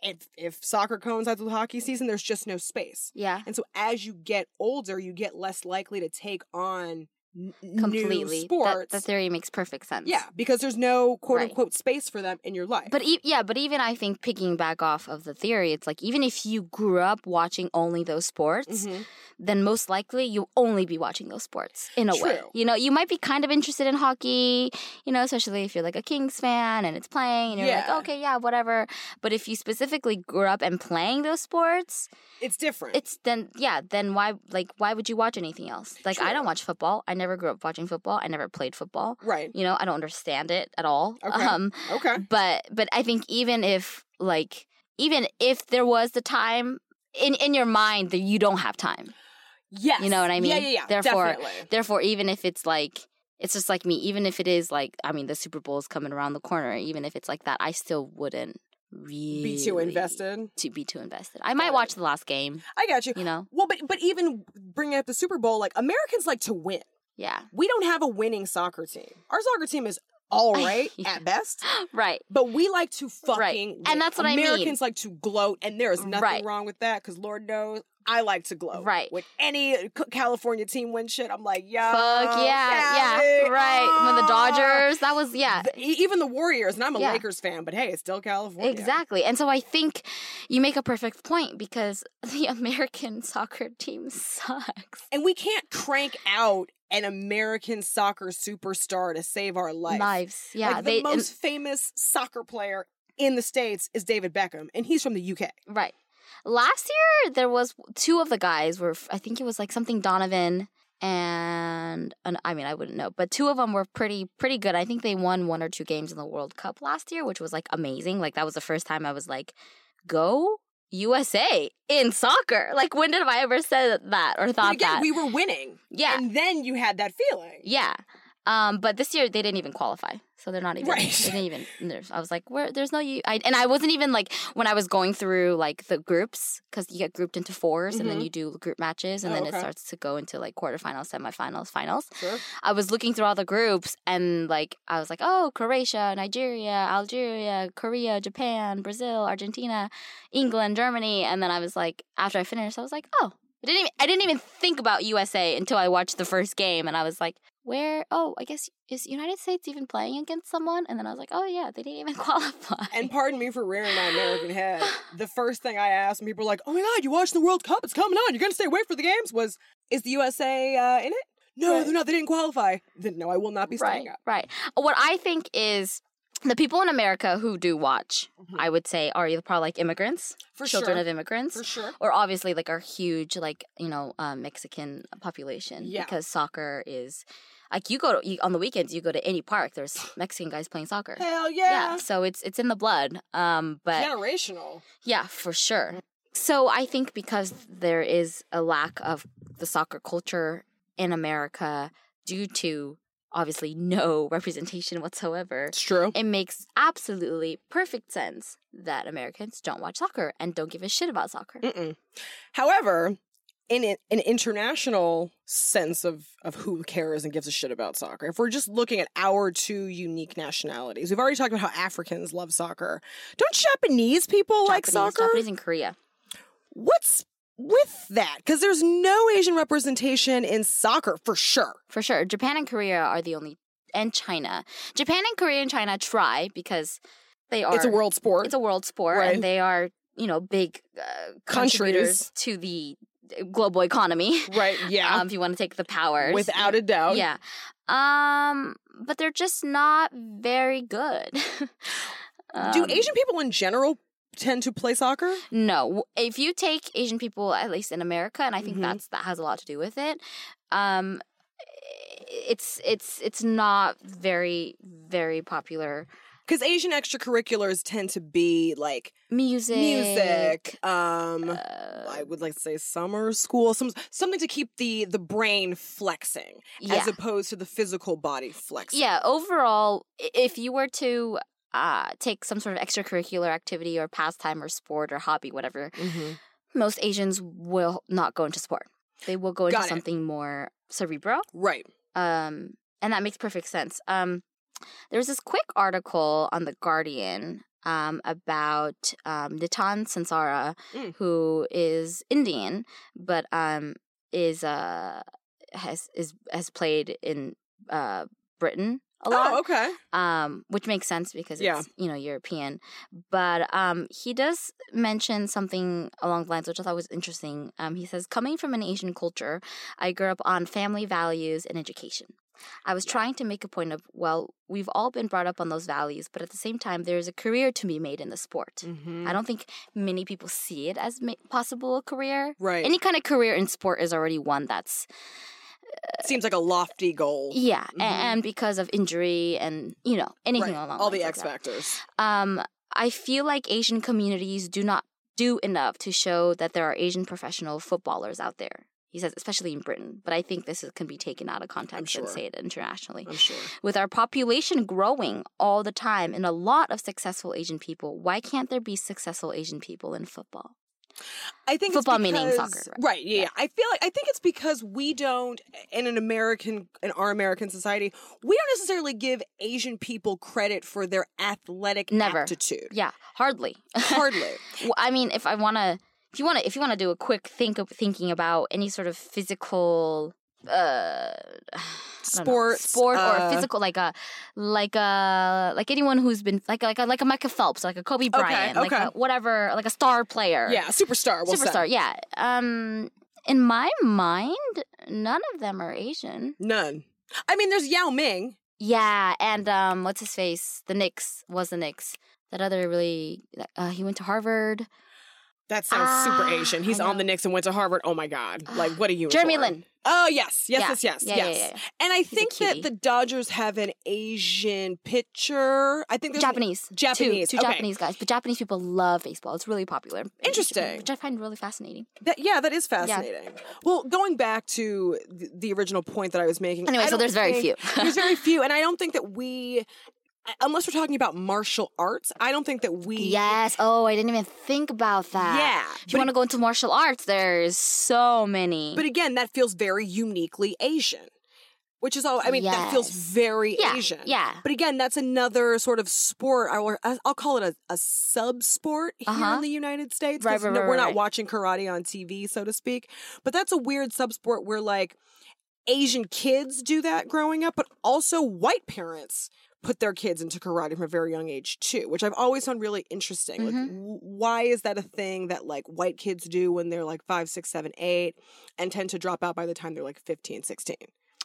[SPEAKER 2] if if soccer coincides with hockey season, there's just no space.
[SPEAKER 1] Yeah.
[SPEAKER 2] And so as you get older, you get less likely to take on n- new
[SPEAKER 1] Completely. That,
[SPEAKER 2] sports.
[SPEAKER 1] that theory makes perfect sense.
[SPEAKER 2] yeah, because there's no quote
[SPEAKER 1] Right.
[SPEAKER 2] unquote space for them in your life.
[SPEAKER 1] But e- yeah, but even I think picking back off of the theory, it's like even if you grew up watching only those sports,
[SPEAKER 2] Mhm.
[SPEAKER 1] then most likely you'll only be watching those sports in a way.
[SPEAKER 2] True.
[SPEAKER 1] You know, you might be kind of interested in hockey, you know, especially if you're like a Kings fan and it's playing and you're
[SPEAKER 2] Yeah.
[SPEAKER 1] like, okay, yeah, whatever. But if you specifically grew up and playing those sports,
[SPEAKER 2] it's different.
[SPEAKER 1] it's then, yeah, then why, like, why would you watch anything else? Like, I
[SPEAKER 2] True.
[SPEAKER 1] don't watch football. I never grew up watching football. I never played football.
[SPEAKER 2] right.
[SPEAKER 1] You know, I don't understand it at all.
[SPEAKER 2] Okay.
[SPEAKER 1] Um,
[SPEAKER 2] Okay.
[SPEAKER 1] but but i think even if like even if there was the time in in your mind that you don't have time
[SPEAKER 2] Yes.
[SPEAKER 1] You know what I
[SPEAKER 2] Yeah,
[SPEAKER 1] mean?
[SPEAKER 2] yeah, yeah.
[SPEAKER 1] Therefore-
[SPEAKER 2] Definitely.
[SPEAKER 1] therefore even if it's like it's just like me even if it is like i mean the super bowl is coming around the corner even if it's like that i still wouldn't really
[SPEAKER 2] Be too invested.
[SPEAKER 1] to be too invested i
[SPEAKER 2] Got
[SPEAKER 1] might
[SPEAKER 2] it.
[SPEAKER 1] watch the last game
[SPEAKER 2] I got you.
[SPEAKER 1] you know
[SPEAKER 2] Well, but but even bringing up the Super Bowl, like Americans like to win.
[SPEAKER 1] yeah
[SPEAKER 2] We don't have a winning soccer team. Our soccer team is all right
[SPEAKER 1] Yeah.
[SPEAKER 2] at best,
[SPEAKER 1] right
[SPEAKER 2] but we like to fucking
[SPEAKER 1] Right.
[SPEAKER 2] win.
[SPEAKER 1] And that's what I mean.
[SPEAKER 2] Americans like to gloat, and there is nothing
[SPEAKER 1] Right.
[SPEAKER 2] wrong with that because Lord knows I like to gloat.
[SPEAKER 1] Right.
[SPEAKER 2] When any uh, C- California team wins shit, I'm like, yo,
[SPEAKER 1] fuck yeah yeah
[SPEAKER 2] Cali,
[SPEAKER 1] right when the
[SPEAKER 2] ah.
[SPEAKER 1] dodgers that was yeah
[SPEAKER 2] The- e- even the Warriors, and I'm a
[SPEAKER 1] Yeah.
[SPEAKER 2] Lakers fan, but hey, it's still California.
[SPEAKER 1] Exactly. And so I think you make a perfect point because the American soccer team sucks.
[SPEAKER 2] And we can't crank out an American soccer superstar to save our life.
[SPEAKER 1] Lives. Yeah.
[SPEAKER 2] like the
[SPEAKER 1] they and-
[SPEAKER 2] most famous soccer player in the states is David Beckham, and he's from the UK.
[SPEAKER 1] right. Last year there was two of the guys were I think it was like something Donovan and, and I mean I wouldn't know, but two of them were pretty pretty good. I think they won one or two games in the World Cup last year, which was like amazing. Like that was the first time I was like, "Go USA in soccer." Like when did I ever said that or
[SPEAKER 2] But
[SPEAKER 1] thought
[SPEAKER 2] again,
[SPEAKER 1] that?
[SPEAKER 2] we were winning,
[SPEAKER 1] yeah.
[SPEAKER 2] and then you had that feeling.
[SPEAKER 1] Yeah. Um, but this year they didn't even qualify, so they're not even.
[SPEAKER 2] Right.
[SPEAKER 1] They didn't even. there's- I was like, where? There's no you. I, and I wasn't even like when I was going through like the groups because you get grouped into 4s and then
[SPEAKER 2] Mhm.
[SPEAKER 1] you do group matches and
[SPEAKER 2] Oh,
[SPEAKER 1] then
[SPEAKER 2] okay.
[SPEAKER 1] it starts to go into like quarterfinals, semifinals, finals.
[SPEAKER 2] Sure.
[SPEAKER 1] I was looking through all the groups and like I was like, oh, Croatia, Nigeria, Algeria, Korea, Japan, Brazil, Argentina, England, Germany, and then I was like, after I finished, I was like, oh, I didn't even, I didn't even think about USA until I watched the first game, and I was like, where oh I guess is United States even playing against someone? And then I was like, oh yeah, they didn't even qualify.
[SPEAKER 2] And pardon me for rearing my American head. The first thing I asked when people were like, "Oh my God, you watching the World Cup? It's coming on. You're gonna stay away for the games." Was is the USA uh, in it? No,
[SPEAKER 1] Right.
[SPEAKER 2] they're not. They didn't qualify. Then no, I will not be staying
[SPEAKER 1] right,
[SPEAKER 2] up.
[SPEAKER 1] right. What I think is the people in America who do watch,
[SPEAKER 2] Mhm.
[SPEAKER 1] I would say, are either probably like immigrants,
[SPEAKER 2] For
[SPEAKER 1] children
[SPEAKER 2] sure.
[SPEAKER 1] of immigrants,
[SPEAKER 2] for sure.
[SPEAKER 1] or obviously like our huge like you know uh, Mexican population
[SPEAKER 2] Yeah.
[SPEAKER 1] because soccer is like you go to, you, on the weekends you go to any park there's Mexican guys playing soccer.
[SPEAKER 2] Hell yeah.
[SPEAKER 1] so it's it's in the blood. Um, but
[SPEAKER 2] Generational.
[SPEAKER 1] yeah, for
[SPEAKER 2] Mm.
[SPEAKER 1] sure. So I think because there is a lack of the soccer culture in America due to obviously no representation whatsoever,
[SPEAKER 2] It's true.
[SPEAKER 1] it makes absolutely perfect sense that Americans don't watch soccer and don't give a shit about soccer.
[SPEAKER 2] Mm-mm. However, in an an international sense of, of who cares and gives a shit about soccer, if we're just looking at our two unique nationalities, we've already talked about how Africans love soccer. Don't Japanese people like
[SPEAKER 1] Japanese-
[SPEAKER 2] soccer?
[SPEAKER 1] Japanese in Korea.
[SPEAKER 2] What's with that? Because there's no Asian representation in soccer for sure.
[SPEAKER 1] For sure. Japan and Korea are the only and China. Japan and Korea and China try because they are
[SPEAKER 2] it's a world sport.
[SPEAKER 1] it's a world sport
[SPEAKER 2] Right.
[SPEAKER 1] and they are you know big uh,
[SPEAKER 2] Countries.
[SPEAKER 1] contributors to the uh, global economy
[SPEAKER 2] right? Yeah,
[SPEAKER 1] um, if you want to take the powers
[SPEAKER 2] without a doubt.
[SPEAKER 1] yeah um but they're just not very good
[SPEAKER 2] Do
[SPEAKER 1] Um,
[SPEAKER 2] Asian people in general tend to play soccer?
[SPEAKER 1] no if you take asian people at least in america and i think
[SPEAKER 2] Mhm.
[SPEAKER 1] that's that has a lot to do with it um it's it's it's not very very popular
[SPEAKER 2] Because Asian extracurriculars tend to be like
[SPEAKER 1] music
[SPEAKER 2] music. Um,
[SPEAKER 1] uh,
[SPEAKER 2] I would like to say summer school, some something to keep the the brain flexing
[SPEAKER 1] yeah.
[SPEAKER 2] as opposed to the physical body flexing.
[SPEAKER 1] yeah overall i- if you were to uh, take some sort of extracurricular activity or pastime or sport or hobby whatever
[SPEAKER 2] Mm-hmm.
[SPEAKER 1] most asians will not go into sport they will go into
[SPEAKER 2] Got it.
[SPEAKER 1] something more cerebral
[SPEAKER 2] Right.
[SPEAKER 1] um, and that makes perfect sense um, there was this quick article on the guardian um, about um, Nitan Sansara,
[SPEAKER 2] Mm.
[SPEAKER 1] who is Indian, but um, is uh, has is has played in uh, Britain a lot
[SPEAKER 2] Oh, okay.
[SPEAKER 1] um, which makes sense because it's
[SPEAKER 2] Yeah.
[SPEAKER 1] you know European. But um, he does mention something along the lines which I thought was interesting. Um, he says, "Coming from an Asian culture, I grew up on family values and education. I was trying to make a point of well, we've all been brought up on those values, but at the same time, there is a career to be made in the sport.
[SPEAKER 2] Mm-hmm.
[SPEAKER 1] I don't think many people see it as ma- possible a career."
[SPEAKER 2] Right.
[SPEAKER 1] Any kind of career in sport is already one that's
[SPEAKER 2] Seems like a lofty goal.
[SPEAKER 1] yeah, a-
[SPEAKER 2] Mhm.
[SPEAKER 1] and because of injury and you know anything
[SPEAKER 2] Right.
[SPEAKER 1] along
[SPEAKER 2] All
[SPEAKER 1] lines
[SPEAKER 2] the
[SPEAKER 1] like
[SPEAKER 2] X
[SPEAKER 1] that.
[SPEAKER 2] factors.
[SPEAKER 1] Um, I feel like Asian communities do not do enough to show that there are Asian professional footballers out there. He says, especially in Britain, but I think this is, can be taken out of context and
[SPEAKER 2] sure.
[SPEAKER 1] say it internationally.
[SPEAKER 2] I'm sure.
[SPEAKER 1] With our population growing all the time and a lot of successful Asian people, why can't there be successful Asian people in football?
[SPEAKER 2] I think
[SPEAKER 1] Football
[SPEAKER 2] it's
[SPEAKER 1] meaning
[SPEAKER 2] because,
[SPEAKER 1] soccer, right.
[SPEAKER 2] Right. Yeah, yeah. I feel like I think it's because we don't in an American in our American society, we don't necessarily give Asian people credit for their athletic
[SPEAKER 1] Never.
[SPEAKER 2] aptitude.
[SPEAKER 1] Yeah, hardly.
[SPEAKER 2] Hardly.
[SPEAKER 1] Well, I mean, if I want to, if you want to, if you want to do a quick think of thinking about any sort of physical uh I don't know,
[SPEAKER 2] Sports,
[SPEAKER 1] sport
[SPEAKER 2] uh,
[SPEAKER 1] or physical like a like a like anyone who's been like a, like a, like a Michael Phelps like a Kobe Bryant like
[SPEAKER 2] okay.
[SPEAKER 1] a, whatever like a star player
[SPEAKER 2] Yeah, superstar. We'll say.
[SPEAKER 1] superstar yeah um in my mind none of them are Asian
[SPEAKER 2] None. I mean, there's Yao Ming.
[SPEAKER 1] yeah and um what's his face the Knicks was the Knicks that other really uh, he went to Harvard
[SPEAKER 2] That sounds super
[SPEAKER 1] Ah,
[SPEAKER 2] Asian. He's
[SPEAKER 1] I
[SPEAKER 2] on
[SPEAKER 1] know. Ah,
[SPEAKER 2] the Knicks and went to Harvard. Oh my God. Like, what are you?
[SPEAKER 1] Jeremy Lin.
[SPEAKER 2] Oh, yes. Yes,
[SPEAKER 1] Yeah.
[SPEAKER 2] yes, yes,
[SPEAKER 1] yeah, yeah,
[SPEAKER 2] yes.
[SPEAKER 1] yeah, yeah.
[SPEAKER 2] And I
[SPEAKER 1] a
[SPEAKER 2] think that
[SPEAKER 1] cutie.
[SPEAKER 2] the Dodgers have an Asian pitcher. I think there's an-
[SPEAKER 1] Japanese.
[SPEAKER 2] Japanese,
[SPEAKER 1] Two, two
[SPEAKER 2] okay.
[SPEAKER 1] Japanese guys. But Japanese people love baseball. It's really popular. in Japan,
[SPEAKER 2] Interesting.
[SPEAKER 1] Which I find really fascinating.
[SPEAKER 2] that, yeah, that is fascinating. Well, going back to the, the original point that I was making.
[SPEAKER 1] Anyway,
[SPEAKER 2] I
[SPEAKER 1] so
[SPEAKER 2] don't
[SPEAKER 1] there's very
[SPEAKER 2] think-
[SPEAKER 1] few.
[SPEAKER 2] there's very few. And I don't think that we, unless we're talking about martial arts, I don't think that we.
[SPEAKER 1] yes. Oh, I didn't even think about that.
[SPEAKER 2] Yeah.
[SPEAKER 1] If you want to go into martial arts, there's so many.
[SPEAKER 2] But again, that feels very uniquely Asian, which is all. I mean, that feels
[SPEAKER 1] Yes.
[SPEAKER 2] very
[SPEAKER 1] yeah,
[SPEAKER 2] Asian.
[SPEAKER 1] Yeah.
[SPEAKER 2] But again, that's another sort of sport. I will, I'll call it a, a sub sport here
[SPEAKER 1] Uh-huh.
[SPEAKER 2] in the United States.
[SPEAKER 1] Right,
[SPEAKER 2] 'cause
[SPEAKER 1] right,
[SPEAKER 2] no-
[SPEAKER 1] right,
[SPEAKER 2] we're
[SPEAKER 1] right,
[SPEAKER 2] not
[SPEAKER 1] right.
[SPEAKER 2] watching karate on TV, so to speak. But that's a weird sub sport where, like, Asian kids do that growing up, but also white parents put their kids into karate from a very young age too, which I've always found really interesting. Like,
[SPEAKER 1] Mhm.
[SPEAKER 2] w- why is that a thing that like white kids do when they're like five, six, seven, eight, and tend to drop out by the time they're like 15, 16?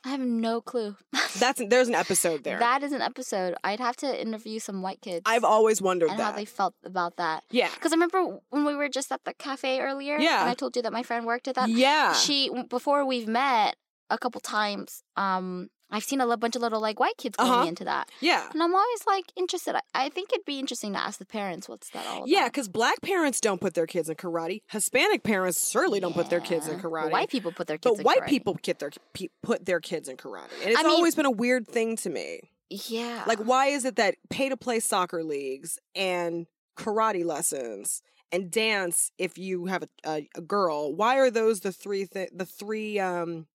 [SPEAKER 1] I have no clue.
[SPEAKER 2] That's there's an episode there.
[SPEAKER 1] That is an episode. I'd have to interview some white kids.
[SPEAKER 2] I've always wondered
[SPEAKER 1] and how
[SPEAKER 2] that.
[SPEAKER 1] they felt about that.
[SPEAKER 2] yeah,
[SPEAKER 1] Because I remember when we were just at the cafe earlier.
[SPEAKER 2] Yeah.
[SPEAKER 1] And I told you that my friend worked at that.
[SPEAKER 2] yeah,
[SPEAKER 1] She w- before we've met a couple times. Um, I've seen a li- bunch of little like white kids going
[SPEAKER 2] Uh-huh.
[SPEAKER 1] into that,
[SPEAKER 2] yeah.
[SPEAKER 1] and I'm always like interested. I, I think it'd be interesting to ask the parents what's that all.
[SPEAKER 2] Yeah,
[SPEAKER 1] about.
[SPEAKER 2] because black parents don't put their kids in karate. Hispanic parents certainly don't put their kids in
[SPEAKER 1] Yeah.
[SPEAKER 2] karate.
[SPEAKER 1] Well, white people put their kids.
[SPEAKER 2] but
[SPEAKER 1] in
[SPEAKER 2] white
[SPEAKER 1] karate.
[SPEAKER 2] people get their pe- put their kids in karate, and it's
[SPEAKER 1] I mean-
[SPEAKER 2] always been a weird thing to me.
[SPEAKER 1] Yeah.
[SPEAKER 2] Like, why is it that pay to play soccer leagues and karate lessons and dance if you have a, a, a girl? Why are those the three th- the three um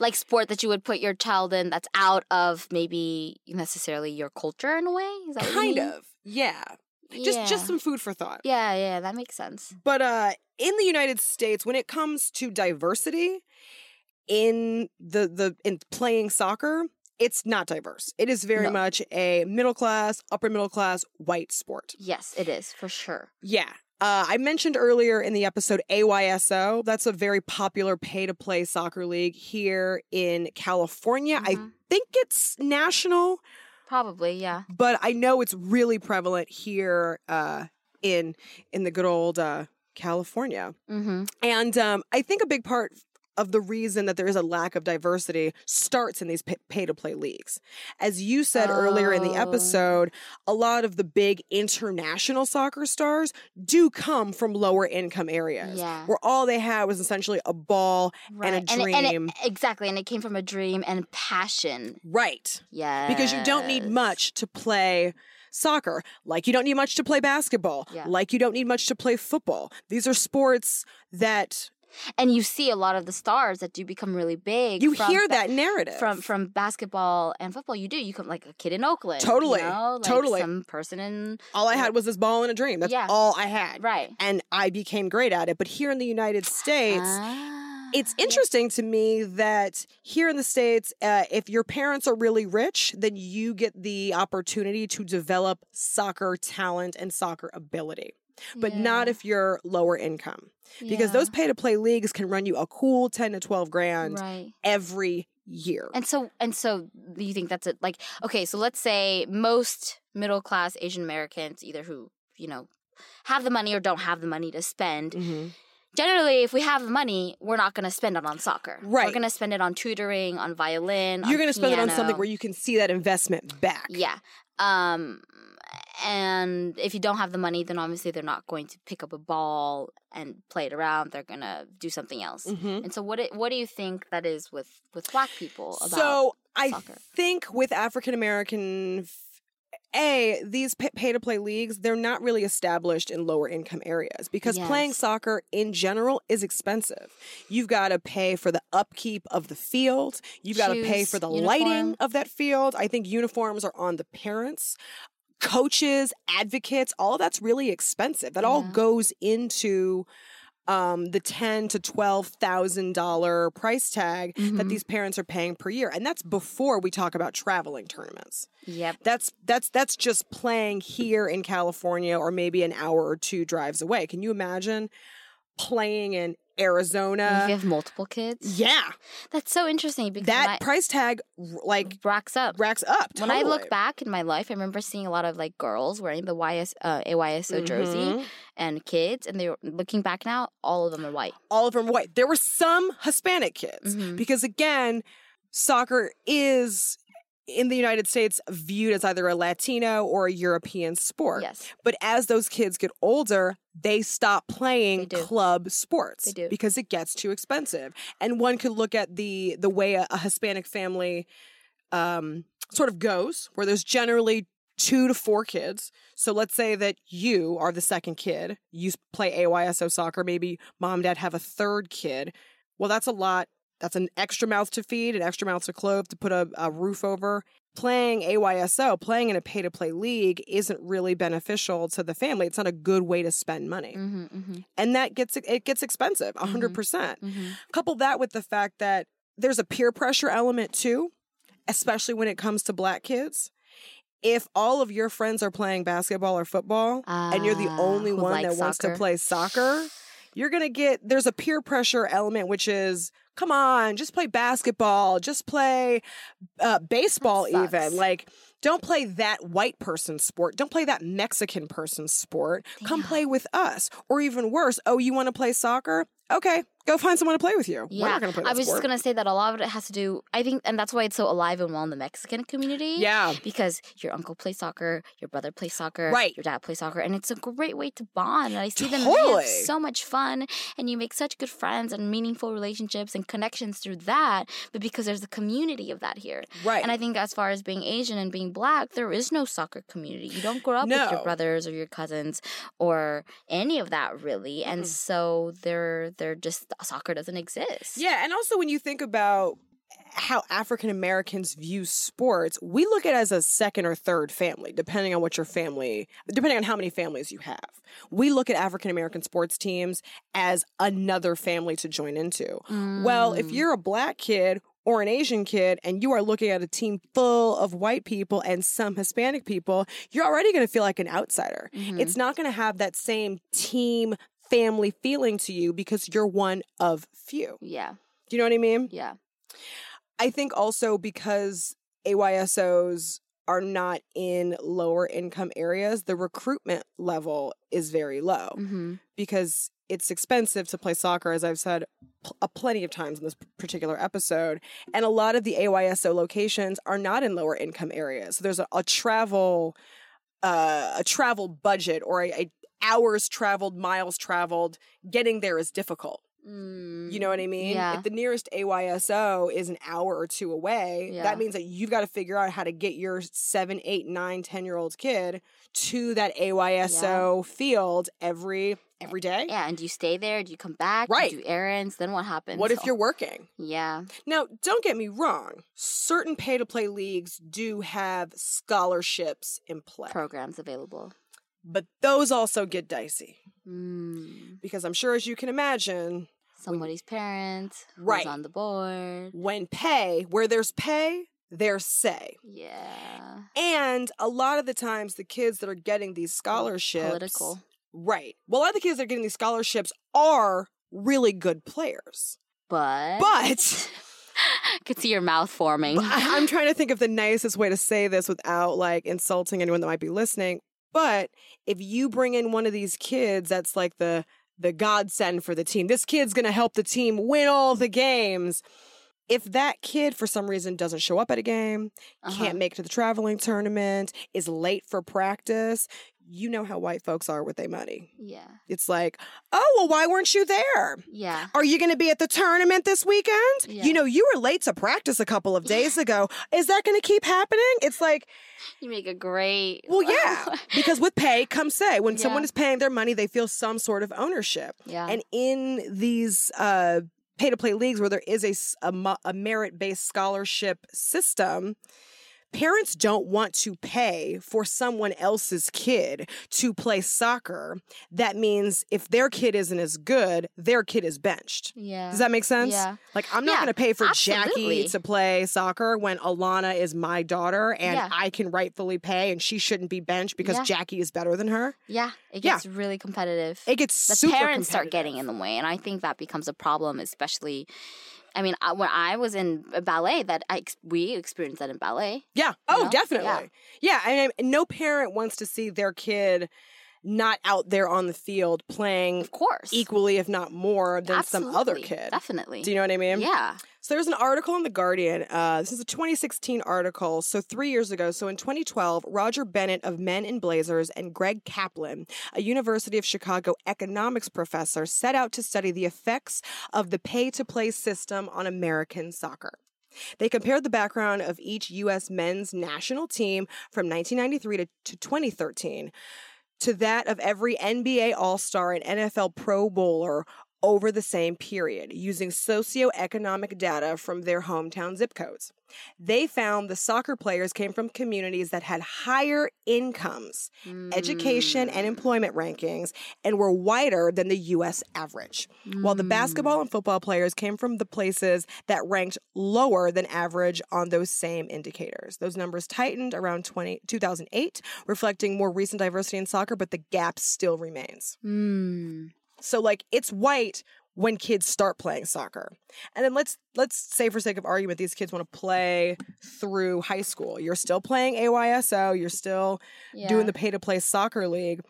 [SPEAKER 1] like sport that you would put your child in that's out of maybe necessarily your culture in a way. Is that what you
[SPEAKER 2] kind
[SPEAKER 1] mean?
[SPEAKER 2] of yeah. Just
[SPEAKER 1] Yeah.
[SPEAKER 2] just some food for thought.
[SPEAKER 1] Yeah, yeah, that makes sense.
[SPEAKER 2] But uh, in the United States, when it comes to diversity in the the in playing soccer, it's not diverse. It is very
[SPEAKER 1] No.
[SPEAKER 2] much a middle class, upper middle class white sport.
[SPEAKER 1] Yes, it is for sure.
[SPEAKER 2] Yeah. Uh, I mentioned earlier in the episode AYSO. That's a very popular pay to play soccer league here in California. I
[SPEAKER 1] Mhm.
[SPEAKER 2] think it's national,
[SPEAKER 1] probably yeah.
[SPEAKER 2] but I know it's really prevalent here uh, in in the good old uh, California.
[SPEAKER 1] Mm-hmm.
[SPEAKER 2] And um, I think a big part of the reason that there is a lack of diversity starts in these pay to play leagues. As you said earlier in the
[SPEAKER 1] Oh.
[SPEAKER 2] episode, a lot of the big international soccer stars do come from lower income areas
[SPEAKER 1] Yeah.
[SPEAKER 2] where all they had was essentially a ball.
[SPEAKER 1] Right.
[SPEAKER 2] a
[SPEAKER 1] it- it-
[SPEAKER 2] dream.
[SPEAKER 1] exactly, and it came from a dream and passion.
[SPEAKER 2] Right.
[SPEAKER 1] Yeah,
[SPEAKER 2] Because you don't need much to play soccer, like you don't need much to play basketball,
[SPEAKER 1] Yeah.
[SPEAKER 2] like you don't need much to play football. These are sports that
[SPEAKER 1] and you see a lot of the stars that do become really big.
[SPEAKER 2] you
[SPEAKER 1] from
[SPEAKER 2] hear
[SPEAKER 1] ba-
[SPEAKER 2] that narrative
[SPEAKER 1] from from basketball and football. You do. You come like a kid in Oakland. you
[SPEAKER 2] Totally,
[SPEAKER 1] know, like
[SPEAKER 2] totally.
[SPEAKER 1] Some person in
[SPEAKER 2] All I had was this ball and a dream. That's
[SPEAKER 1] Yeah.
[SPEAKER 2] all I had.
[SPEAKER 1] right.
[SPEAKER 2] And I became great at it. But here in the United States,
[SPEAKER 1] Ah,
[SPEAKER 2] it's
[SPEAKER 1] yeah.
[SPEAKER 2] interesting to me that here in the States, uh, if your parents are really rich, then you get the opportunity to develop soccer talent and soccer ability, but not
[SPEAKER 1] Yeah.
[SPEAKER 2] if you're lower income. Because
[SPEAKER 1] Yeah.
[SPEAKER 2] those pay to play leagues can run you a cool 10 to 12 grand
[SPEAKER 1] right.
[SPEAKER 2] every year.
[SPEAKER 1] And so, and so, you think that's it? Like, okay, so let's say most middle class Asian Americans, either who you know have the money or don't have the money to spend,
[SPEAKER 2] Mhm.
[SPEAKER 1] generally, if we have the money, we're not going to spend it on soccer.
[SPEAKER 2] Right.
[SPEAKER 1] We're going to spend it on tutoring, on violin.
[SPEAKER 2] You're going to spend it on something
[SPEAKER 1] piano.
[SPEAKER 2] where you can see that investment back.
[SPEAKER 1] yeah. Um, and if you don't have the money, then obviously they're not going to pick up a ball and play it around. They're going to do something else.
[SPEAKER 2] hmm
[SPEAKER 1] And so, what it, what do you think that is with with black people about?
[SPEAKER 2] so i
[SPEAKER 1] soccer?
[SPEAKER 2] think with african american f- a these pay to play leagues they're not really established in lower income areas because playing
[SPEAKER 1] Yes.
[SPEAKER 2] soccer in general is expensive you've got to pay for the upkeep of the field you've got to pay
[SPEAKER 1] Shoes,
[SPEAKER 2] for the lighting
[SPEAKER 1] uniform.
[SPEAKER 2] of that field i think uniforms are on the parents coaches advocates all of that's really expensive that all
[SPEAKER 1] Yeah.
[SPEAKER 2] goes into um, the ten to twelve thousand dollar price tag that
[SPEAKER 1] Mhm.
[SPEAKER 2] these parents are paying per year and that's before we talk about traveling tournaments
[SPEAKER 1] yep.
[SPEAKER 2] that's that's that's just playing here in california or maybe an hour or two drives away can you imagine playing in
[SPEAKER 1] And if you
[SPEAKER 2] arizona
[SPEAKER 1] have multiple kids,
[SPEAKER 2] yeah
[SPEAKER 1] that's so interesting because
[SPEAKER 2] that
[SPEAKER 1] that
[SPEAKER 2] price tag r- like
[SPEAKER 1] racks up.
[SPEAKER 2] racks up
[SPEAKER 1] When I look
[SPEAKER 2] totally.
[SPEAKER 1] back in my life, I remember seeing a lot of like girls wearing the YS, uh, AYSO jersey
[SPEAKER 2] Mhm.
[SPEAKER 1] and kids, and they were looking back now, all of them are white.
[SPEAKER 2] all of them were white there were some hispanic kids
[SPEAKER 1] Mhm.
[SPEAKER 2] because again soccer is in the united states viewed as either a latino or a european sport
[SPEAKER 1] Yes,
[SPEAKER 2] But as those kids get older, they stop playing
[SPEAKER 1] They do.
[SPEAKER 2] club sports
[SPEAKER 1] They do.
[SPEAKER 2] because it gets too expensive. And one could look at the the way a, a Hispanic family um, sort of goes, where there's generally two to four kids. So let's say that you are the second kid. You s- play AYSO soccer. Maybe mom and dad have a third kid. Well, that's a lot. That's an extra mouth to feed, an extra mouth to clothe, to put a, a roof over playing AYSO, playing in a pay to play league, isn't really beneficial to the family. It's not a good way to spend money.
[SPEAKER 1] hmm hmm
[SPEAKER 2] And that gets it gets expensive, 100%. percent
[SPEAKER 1] hmm
[SPEAKER 2] Couple that with the fact that there's a peer pressure element too, especially when it comes to black kids. If all of your friends are playing basketball or football and you're the
[SPEAKER 1] Ah,
[SPEAKER 2] only
[SPEAKER 1] who
[SPEAKER 2] one that
[SPEAKER 1] likes
[SPEAKER 2] wants to
[SPEAKER 1] soccer.
[SPEAKER 2] play soccer, you're going to get there's a peer pressure element which is come on, just play basketball, just play uh, baseball
[SPEAKER 1] That sucks.
[SPEAKER 2] even. Like don't play that white person's sport. Don't play that Mexican person's sport. Come
[SPEAKER 1] Damn.
[SPEAKER 2] play with us. Or even worse, oh, you want to play soccer? Okay, go find someone to play with you. We're
[SPEAKER 1] Yeah,
[SPEAKER 2] not going to play that
[SPEAKER 1] I was
[SPEAKER 2] sport.
[SPEAKER 1] just gonna say that a lot of it has to do. I think, and that's why it's so alive and well in the Mexican community.
[SPEAKER 2] Yeah.
[SPEAKER 1] because your uncle plays soccer, your brother plays soccer,
[SPEAKER 2] Right.
[SPEAKER 1] Your dad plays soccer, and it's a great way to bond. And I see them and they
[SPEAKER 2] Totally.
[SPEAKER 1] have so much fun, and you make such good friends and meaningful relationships and connections through that. But because there's a community of that here,
[SPEAKER 2] Right.
[SPEAKER 1] and I think as far as being Asian and being black, there is no soccer community. You don't grow up with
[SPEAKER 2] No.
[SPEAKER 1] your brothers or your cousins or any of that really, and
[SPEAKER 2] Mm-mm.
[SPEAKER 1] so they're they're just soccer doesn't exist.
[SPEAKER 2] yeah, and also when you think about how African Americans view sports, we look at it as a second or third family, depending on what your family, depending on how many families you have. We look at African American sports teams as another family to join into. Well, if
[SPEAKER 1] Mm.
[SPEAKER 2] you're a black kid or an Asian kid and you are looking at a team full of white people and some Hispanic people, you're already going to feel like an outsider.
[SPEAKER 1] Mhm.
[SPEAKER 2] It's not going to have that same team family feeling to you because you're one of few.
[SPEAKER 1] yeah,
[SPEAKER 2] Do you know what I mean?
[SPEAKER 1] yeah,
[SPEAKER 2] I think also because AYSOs are not in lower income areas, the recruitment level is very low
[SPEAKER 1] hmm
[SPEAKER 2] because it's expensive to play soccer, as I've said pl- uh, plenty of times in this particular episode. And a lot of the AYSO locations are not in lower income areas. So there's a, a travel, uh, a travel budget or a, a hours traveled, miles traveled. Getting there is difficult.
[SPEAKER 1] Mm-hmm.
[SPEAKER 2] You know what I mean?
[SPEAKER 1] Mm, Yeah.
[SPEAKER 2] If the nearest AYSO is an hour or two away,
[SPEAKER 1] Yeah.
[SPEAKER 2] that means that you've got to figure out how to get your seven, eight, nine, ten year old kid to that AYSO field every every day.
[SPEAKER 1] Yeah, and do you stay there? Do you come back?
[SPEAKER 2] Right.
[SPEAKER 1] Do you do errands? Then what happens?
[SPEAKER 2] What if
[SPEAKER 1] So-
[SPEAKER 2] you're working?
[SPEAKER 1] Yeah.
[SPEAKER 2] Now, don't get me wrong. Certain pay to play leagues do have scholarships in play,
[SPEAKER 1] programs available?
[SPEAKER 2] but those also get dicey
[SPEAKER 1] Mm.
[SPEAKER 2] because I'm sure, as you can imagine,
[SPEAKER 1] Somebody's parent who's
[SPEAKER 2] Right.
[SPEAKER 1] on the board.
[SPEAKER 2] when pay, where there's pay, there's say.
[SPEAKER 1] Yeah.
[SPEAKER 2] And a lot of the times, the kids that are getting these scholarships,
[SPEAKER 1] Political.
[SPEAKER 2] right? Well, a lot of the kids that are getting these scholarships are really good players,
[SPEAKER 1] But
[SPEAKER 2] but
[SPEAKER 1] I could see your mouth forming.
[SPEAKER 2] but I- I'm trying to think of the nicest way to say this without like insulting anyone that might be listening. But if you bring in one of these kids that's like the the godsend for the team, this kid's gonna help the team win all the games. If that kid for some reason doesn't show up at a game,
[SPEAKER 1] Uh-huh.
[SPEAKER 2] can't make it to the traveling tournament, is late for practice, you know how white folks are with their money.
[SPEAKER 1] Yeah.
[SPEAKER 2] It's like, oh well, why weren't you there?
[SPEAKER 1] Yeah.
[SPEAKER 2] Are you going to be at the tournament this weekend?
[SPEAKER 1] Yeah.
[SPEAKER 2] You know, you were late to practice a couple of days ago. Is that going to keep happening? It's like,
[SPEAKER 1] You make a great.
[SPEAKER 2] well, yeah, because with pay comes say. When someone
[SPEAKER 1] Yeah.
[SPEAKER 2] is paying their money, they feel some sort of ownership.
[SPEAKER 1] yeah.
[SPEAKER 2] And in these uh, pay to play leagues where there is a s- a, merit based scholarship system, parents don't want to pay for someone else's kid to play soccer. That means if their kid isn't as good, their kid is benched.
[SPEAKER 1] yeah.
[SPEAKER 2] Does that make sense?
[SPEAKER 1] Yeah.
[SPEAKER 2] Like, I'm not
[SPEAKER 1] Yeah,
[SPEAKER 2] going to pay for
[SPEAKER 1] absolutely.
[SPEAKER 2] Jackie to play soccer when Alana is my daughter and
[SPEAKER 1] Yeah.
[SPEAKER 2] I can rightfully pay and she shouldn't be benched because
[SPEAKER 1] Yeah.
[SPEAKER 2] Jackie is better than her.
[SPEAKER 1] Yeah. It
[SPEAKER 2] Yeah.
[SPEAKER 1] gets really competitive.
[SPEAKER 2] It gets
[SPEAKER 1] the
[SPEAKER 2] super
[SPEAKER 1] parents start
[SPEAKER 2] competitive.
[SPEAKER 1] getting in the way and i think that becomes a problem especially i mean I, when i was in uh, ballet that i ex- we experienced that in ballet
[SPEAKER 2] Yeah.
[SPEAKER 1] You
[SPEAKER 2] Oh,
[SPEAKER 1] know?
[SPEAKER 2] definitely. Yeah. And, and no parent wants to see their kid not out there on the field playing
[SPEAKER 1] of course
[SPEAKER 2] equally, if not more, than some other
[SPEAKER 1] Absolutely.
[SPEAKER 2] kid.
[SPEAKER 1] definitely
[SPEAKER 2] Do you know what I mean?
[SPEAKER 1] yeah
[SPEAKER 2] So there's an article in The Guardian. Uh, this is a 2016 article, so three years ago. So in 2012, Roger Bennett of Men in Blazers and Greg Kaplan, a University of Chicago economics professor, set out to study the effects of the pay to play system on American soccer. They compared the background of each U.S. men's national team from 1993 to, to 2013 to that of every NBA All Star and NFL Pro Bowler over the same period using socioeconomic data from their hometown zip codes. They found the soccer players came from communities that had higher incomes, education, and employment rankings and were whiter than the US average,
[SPEAKER 1] Mm.
[SPEAKER 2] while the basketball and football players came from the places that ranked lower than average on those same indicators. Those numbers tightened around 20, 2008, reflecting more recent diversity in soccer, but the gap still remains.
[SPEAKER 1] Mm.
[SPEAKER 2] So like it's white when kids start playing soccer. And then let's let's say for sake of argument these kids want to play through high school. You're still playing AYSO, you're still
[SPEAKER 1] Yeah.
[SPEAKER 2] doing the pay to play soccer league.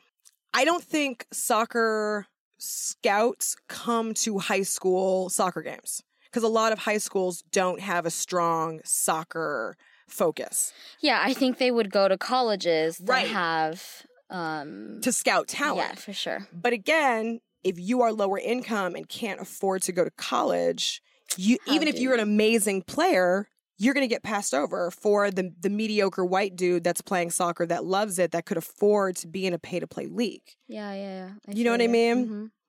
[SPEAKER 2] I don't think soccer scouts come to high school soccer games because a lot of high schools don't have a strong soccer focus
[SPEAKER 1] yeah, I think they would go to colleges that
[SPEAKER 2] Right.
[SPEAKER 1] have um
[SPEAKER 2] to scout talent.
[SPEAKER 1] yeah, for sure.
[SPEAKER 2] But again, if you are lower income and can't afford to go to college, you
[SPEAKER 1] How
[SPEAKER 2] even if
[SPEAKER 1] do
[SPEAKER 2] you're an
[SPEAKER 1] you-
[SPEAKER 2] amazing player, you're going to get passed over for the the mediocre white dude that's playing soccer that loves it that could afford to be in a pay to play league.
[SPEAKER 1] Yeah, yeah, yeah.
[SPEAKER 2] You know what I mean?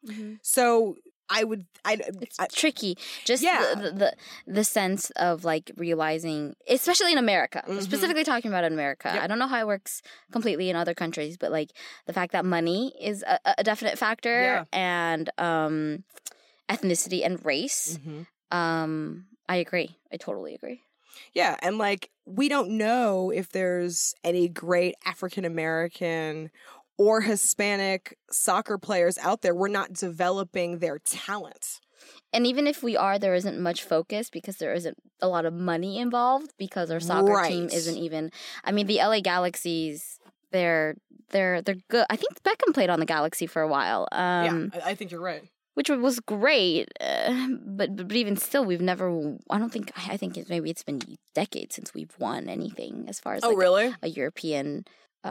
[SPEAKER 1] Mm-hmm. hmm
[SPEAKER 2] So I would I,
[SPEAKER 1] It's
[SPEAKER 2] I
[SPEAKER 1] uh, tricky. Just
[SPEAKER 2] Yeah.
[SPEAKER 1] the, the, the the sense of like realizing, especially in America, We're
[SPEAKER 2] Mhm.
[SPEAKER 1] specifically talking about in America.
[SPEAKER 2] Yep.
[SPEAKER 1] I don't know how it works completely in other countries, but like the fact that money is a, a- a definite factor
[SPEAKER 2] Yeah.
[SPEAKER 1] and um, ethnicity and race.
[SPEAKER 2] Mm-hmm. Mm.
[SPEAKER 1] Um, I agree. I totally agree.
[SPEAKER 2] yeah, and like we don't know if there's any great African American or Hispanic soccer players out there. We're not developing their talent.
[SPEAKER 1] And even if we are, there isn't much focus because there isn't a lot of money involved because our soccer team
[SPEAKER 2] Right.
[SPEAKER 1] isn't even. I mean, the LA Galaxies, they're they're they're good. I think Beckham played on the Galaxy for a while, um,
[SPEAKER 2] yeah, I, I think you're right.
[SPEAKER 1] which was great. Uh, but, but but even still, we've never. I don't think. I I think it's maybe it's been decades since we've won anything as far as
[SPEAKER 2] Oh,
[SPEAKER 1] like,
[SPEAKER 2] really?
[SPEAKER 1] a European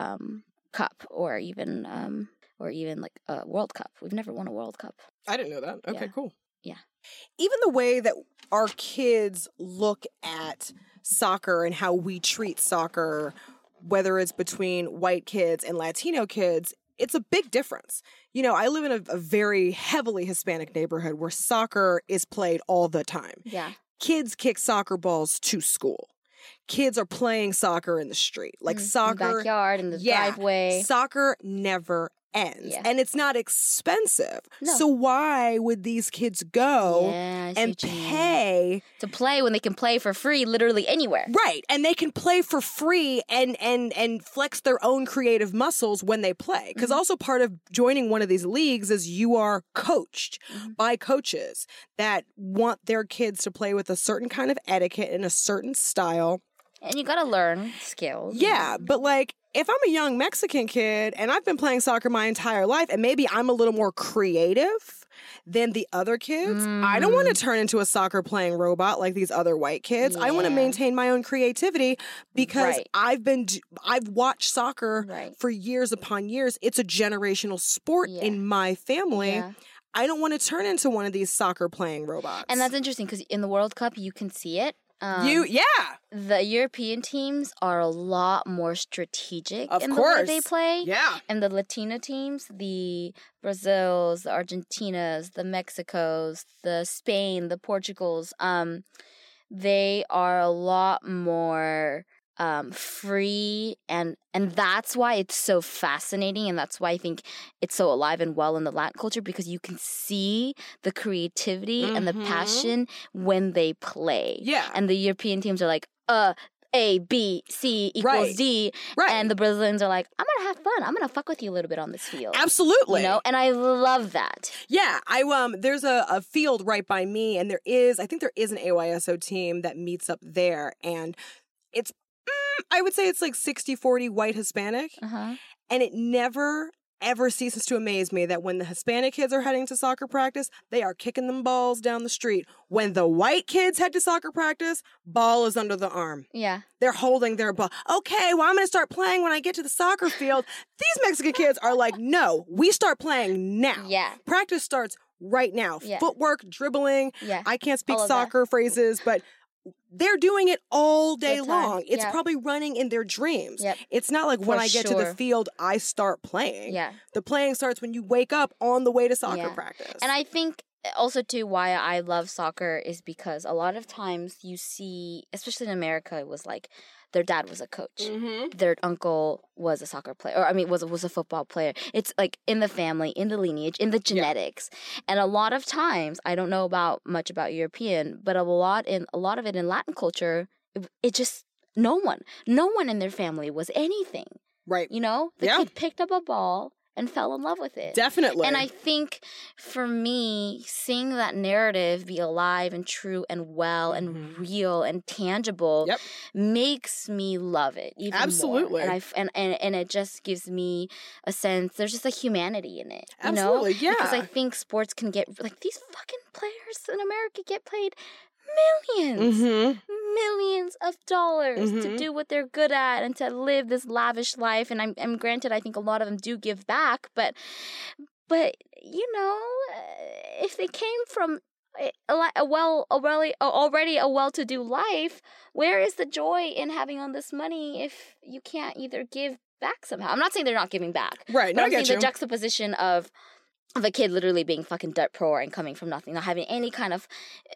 [SPEAKER 1] um, cup or even um, or even like a World Cup. We've never won a World Cup.
[SPEAKER 2] I didn't know that. Okay,
[SPEAKER 1] Yeah.
[SPEAKER 2] cool.
[SPEAKER 1] Yeah.
[SPEAKER 2] Even the way that our kids look at soccer and how we treat soccer, whether it's between white kids and Latino kids, it's a big difference. You know, I live in a, a very heavily Hispanic neighborhood where soccer is played all the time.
[SPEAKER 1] Yeah.
[SPEAKER 2] Kids kick soccer balls to school. Kids are playing soccer in the street. Like
[SPEAKER 1] Mm, in the
[SPEAKER 2] soccer
[SPEAKER 1] backyard and the
[SPEAKER 2] yeah,
[SPEAKER 1] driveway.
[SPEAKER 2] Soccer never ends.
[SPEAKER 1] Yeah.
[SPEAKER 2] And it's not expensive.
[SPEAKER 1] No.
[SPEAKER 2] So why would these kids go
[SPEAKER 1] yeah, I see
[SPEAKER 2] and
[SPEAKER 1] what you mean.
[SPEAKER 2] pay?
[SPEAKER 1] to play when they can play for free literally anywhere.
[SPEAKER 2] Right. And they can play for free and and and flex their own creative muscles when they play. because
[SPEAKER 1] Mhm.
[SPEAKER 2] also part of joining one of these leagues is you are coached
[SPEAKER 1] Mhm.
[SPEAKER 2] by coaches that want their kids to play with a certain kind of etiquette and a certain style.
[SPEAKER 1] And you gotta learn skills.
[SPEAKER 2] Yeah, but like if I'm a young Mexican kid and I've been playing soccer my entire life and maybe I'm a little more creative than the other kids, I don't
[SPEAKER 1] Mm.
[SPEAKER 2] want to turn into a soccer playing robot like these other white kids. I want to
[SPEAKER 1] Yeah.
[SPEAKER 2] maintain my own creativity because
[SPEAKER 1] Right.
[SPEAKER 2] I've been d- I've watched soccer
[SPEAKER 1] Right.
[SPEAKER 2] for years upon years. It's a generational sport
[SPEAKER 1] Yeah.
[SPEAKER 2] in my family.
[SPEAKER 1] Yeah.
[SPEAKER 2] I don't want to turn into one of these soccer playing robots.
[SPEAKER 1] And that's interesting because in the World Cup, you can see it. Um,
[SPEAKER 2] you yeah.
[SPEAKER 1] the European teams are a lot more strategic
[SPEAKER 2] Of
[SPEAKER 1] in the way they
[SPEAKER 2] course.
[SPEAKER 1] play.
[SPEAKER 2] Yeah.
[SPEAKER 1] And the Latina teams, the Brazils, the Argentinas, the Mexicos, the Spain, the Portugals, um, they are a lot more um, free and and that's why it's so fascinating and that's why I think it's so alive and well in the Latin culture because you can see the creativity and the
[SPEAKER 2] Mhm.
[SPEAKER 1] passion when they play.
[SPEAKER 2] Yeah.
[SPEAKER 1] And the European teams are like, uh, A, B, C equals
[SPEAKER 2] Right.
[SPEAKER 1] D.
[SPEAKER 2] Right.
[SPEAKER 1] And the Brazilians are like, I'm gonna have fun. I'm gonna fuck with you a little bit on this field.
[SPEAKER 2] Absolutely.
[SPEAKER 1] You know, and I love that.
[SPEAKER 2] Yeah, I um there's a, a field right by me and there is I think there is an AYSO team that meets up there and it's mm, I would say it's like 60/40 white Hispanic
[SPEAKER 1] Uh-huh.
[SPEAKER 2] and it never ever ceases to amaze me that when the Hispanic kids are heading to soccer practice, they are kicking them balls down the street. When the white kids head to soccer practice, ball is under the arm.
[SPEAKER 1] Yeah.
[SPEAKER 2] They're holding their ball. Okay, well, I'm going to start playing when I get to the soccer field. These Mexican kids are like, no, we start playing now.
[SPEAKER 1] Yeah.
[SPEAKER 2] Practice starts right now.
[SPEAKER 1] Yeah.
[SPEAKER 2] Footwork, dribbling.
[SPEAKER 1] Yeah.
[SPEAKER 2] I can't speak
[SPEAKER 1] All of that.
[SPEAKER 2] soccer phrases, but they're doing it all day
[SPEAKER 1] time.
[SPEAKER 2] long. It's
[SPEAKER 1] Yeah.
[SPEAKER 2] probably running in their dreams.
[SPEAKER 1] Yep.
[SPEAKER 2] It's not like when
[SPEAKER 1] For
[SPEAKER 2] I get to the
[SPEAKER 1] sure.
[SPEAKER 2] field, I start playing.
[SPEAKER 1] Yeah.
[SPEAKER 2] The playing starts when you wake up on the way to soccer
[SPEAKER 1] Yeah.
[SPEAKER 2] practice.
[SPEAKER 1] And I think eh, also too why I love soccer is because a lot of times you see, especially in America, it was like their dad was a coach,
[SPEAKER 2] Mm-hmm.
[SPEAKER 1] their uncle was a soccer player, or I mean was was a football player. It's like in the family, in the lineage, in the genetics, and a lot of times I don't know about much about European, but a lot in a lot of it in Latin culture, it, it just no one, no one in their family was anything.
[SPEAKER 2] Right.
[SPEAKER 1] You know, the
[SPEAKER 2] Yeah.
[SPEAKER 1] kid picked up a ball and fell in love with it.
[SPEAKER 2] Definitely.
[SPEAKER 1] And I think for me, seeing that narrative be alive and true and well and
[SPEAKER 2] Mhm.
[SPEAKER 1] real and tangible
[SPEAKER 2] Yep.
[SPEAKER 1] makes me love it. Even more.
[SPEAKER 2] Absolutely.
[SPEAKER 1] And, I f- and, and, and it just gives me a sense, there's just a humanity in it. You know?
[SPEAKER 2] Absolutely. Yeah.
[SPEAKER 1] Because I think sports can get, like, these fucking players in America get paid 1000000s
[SPEAKER 2] mm-hmm.
[SPEAKER 1] millions of dollars to
[SPEAKER 2] Mhm.
[SPEAKER 1] do what they're good at and to live this lavish life and I'm, I'm granted i think a lot of them do give back but but you know uh, if they came from a- a, li- a well a really, a- already a well-to-do life where is the joy in having all this money if you can't either give back somehow i'm not saying they're not giving back
[SPEAKER 2] Right.
[SPEAKER 1] but
[SPEAKER 2] No, I
[SPEAKER 1] i'm saying
[SPEAKER 2] get you.
[SPEAKER 1] the juxtaposition of of a kid literally being fucking dirt poor and coming from nothing, not having any kind of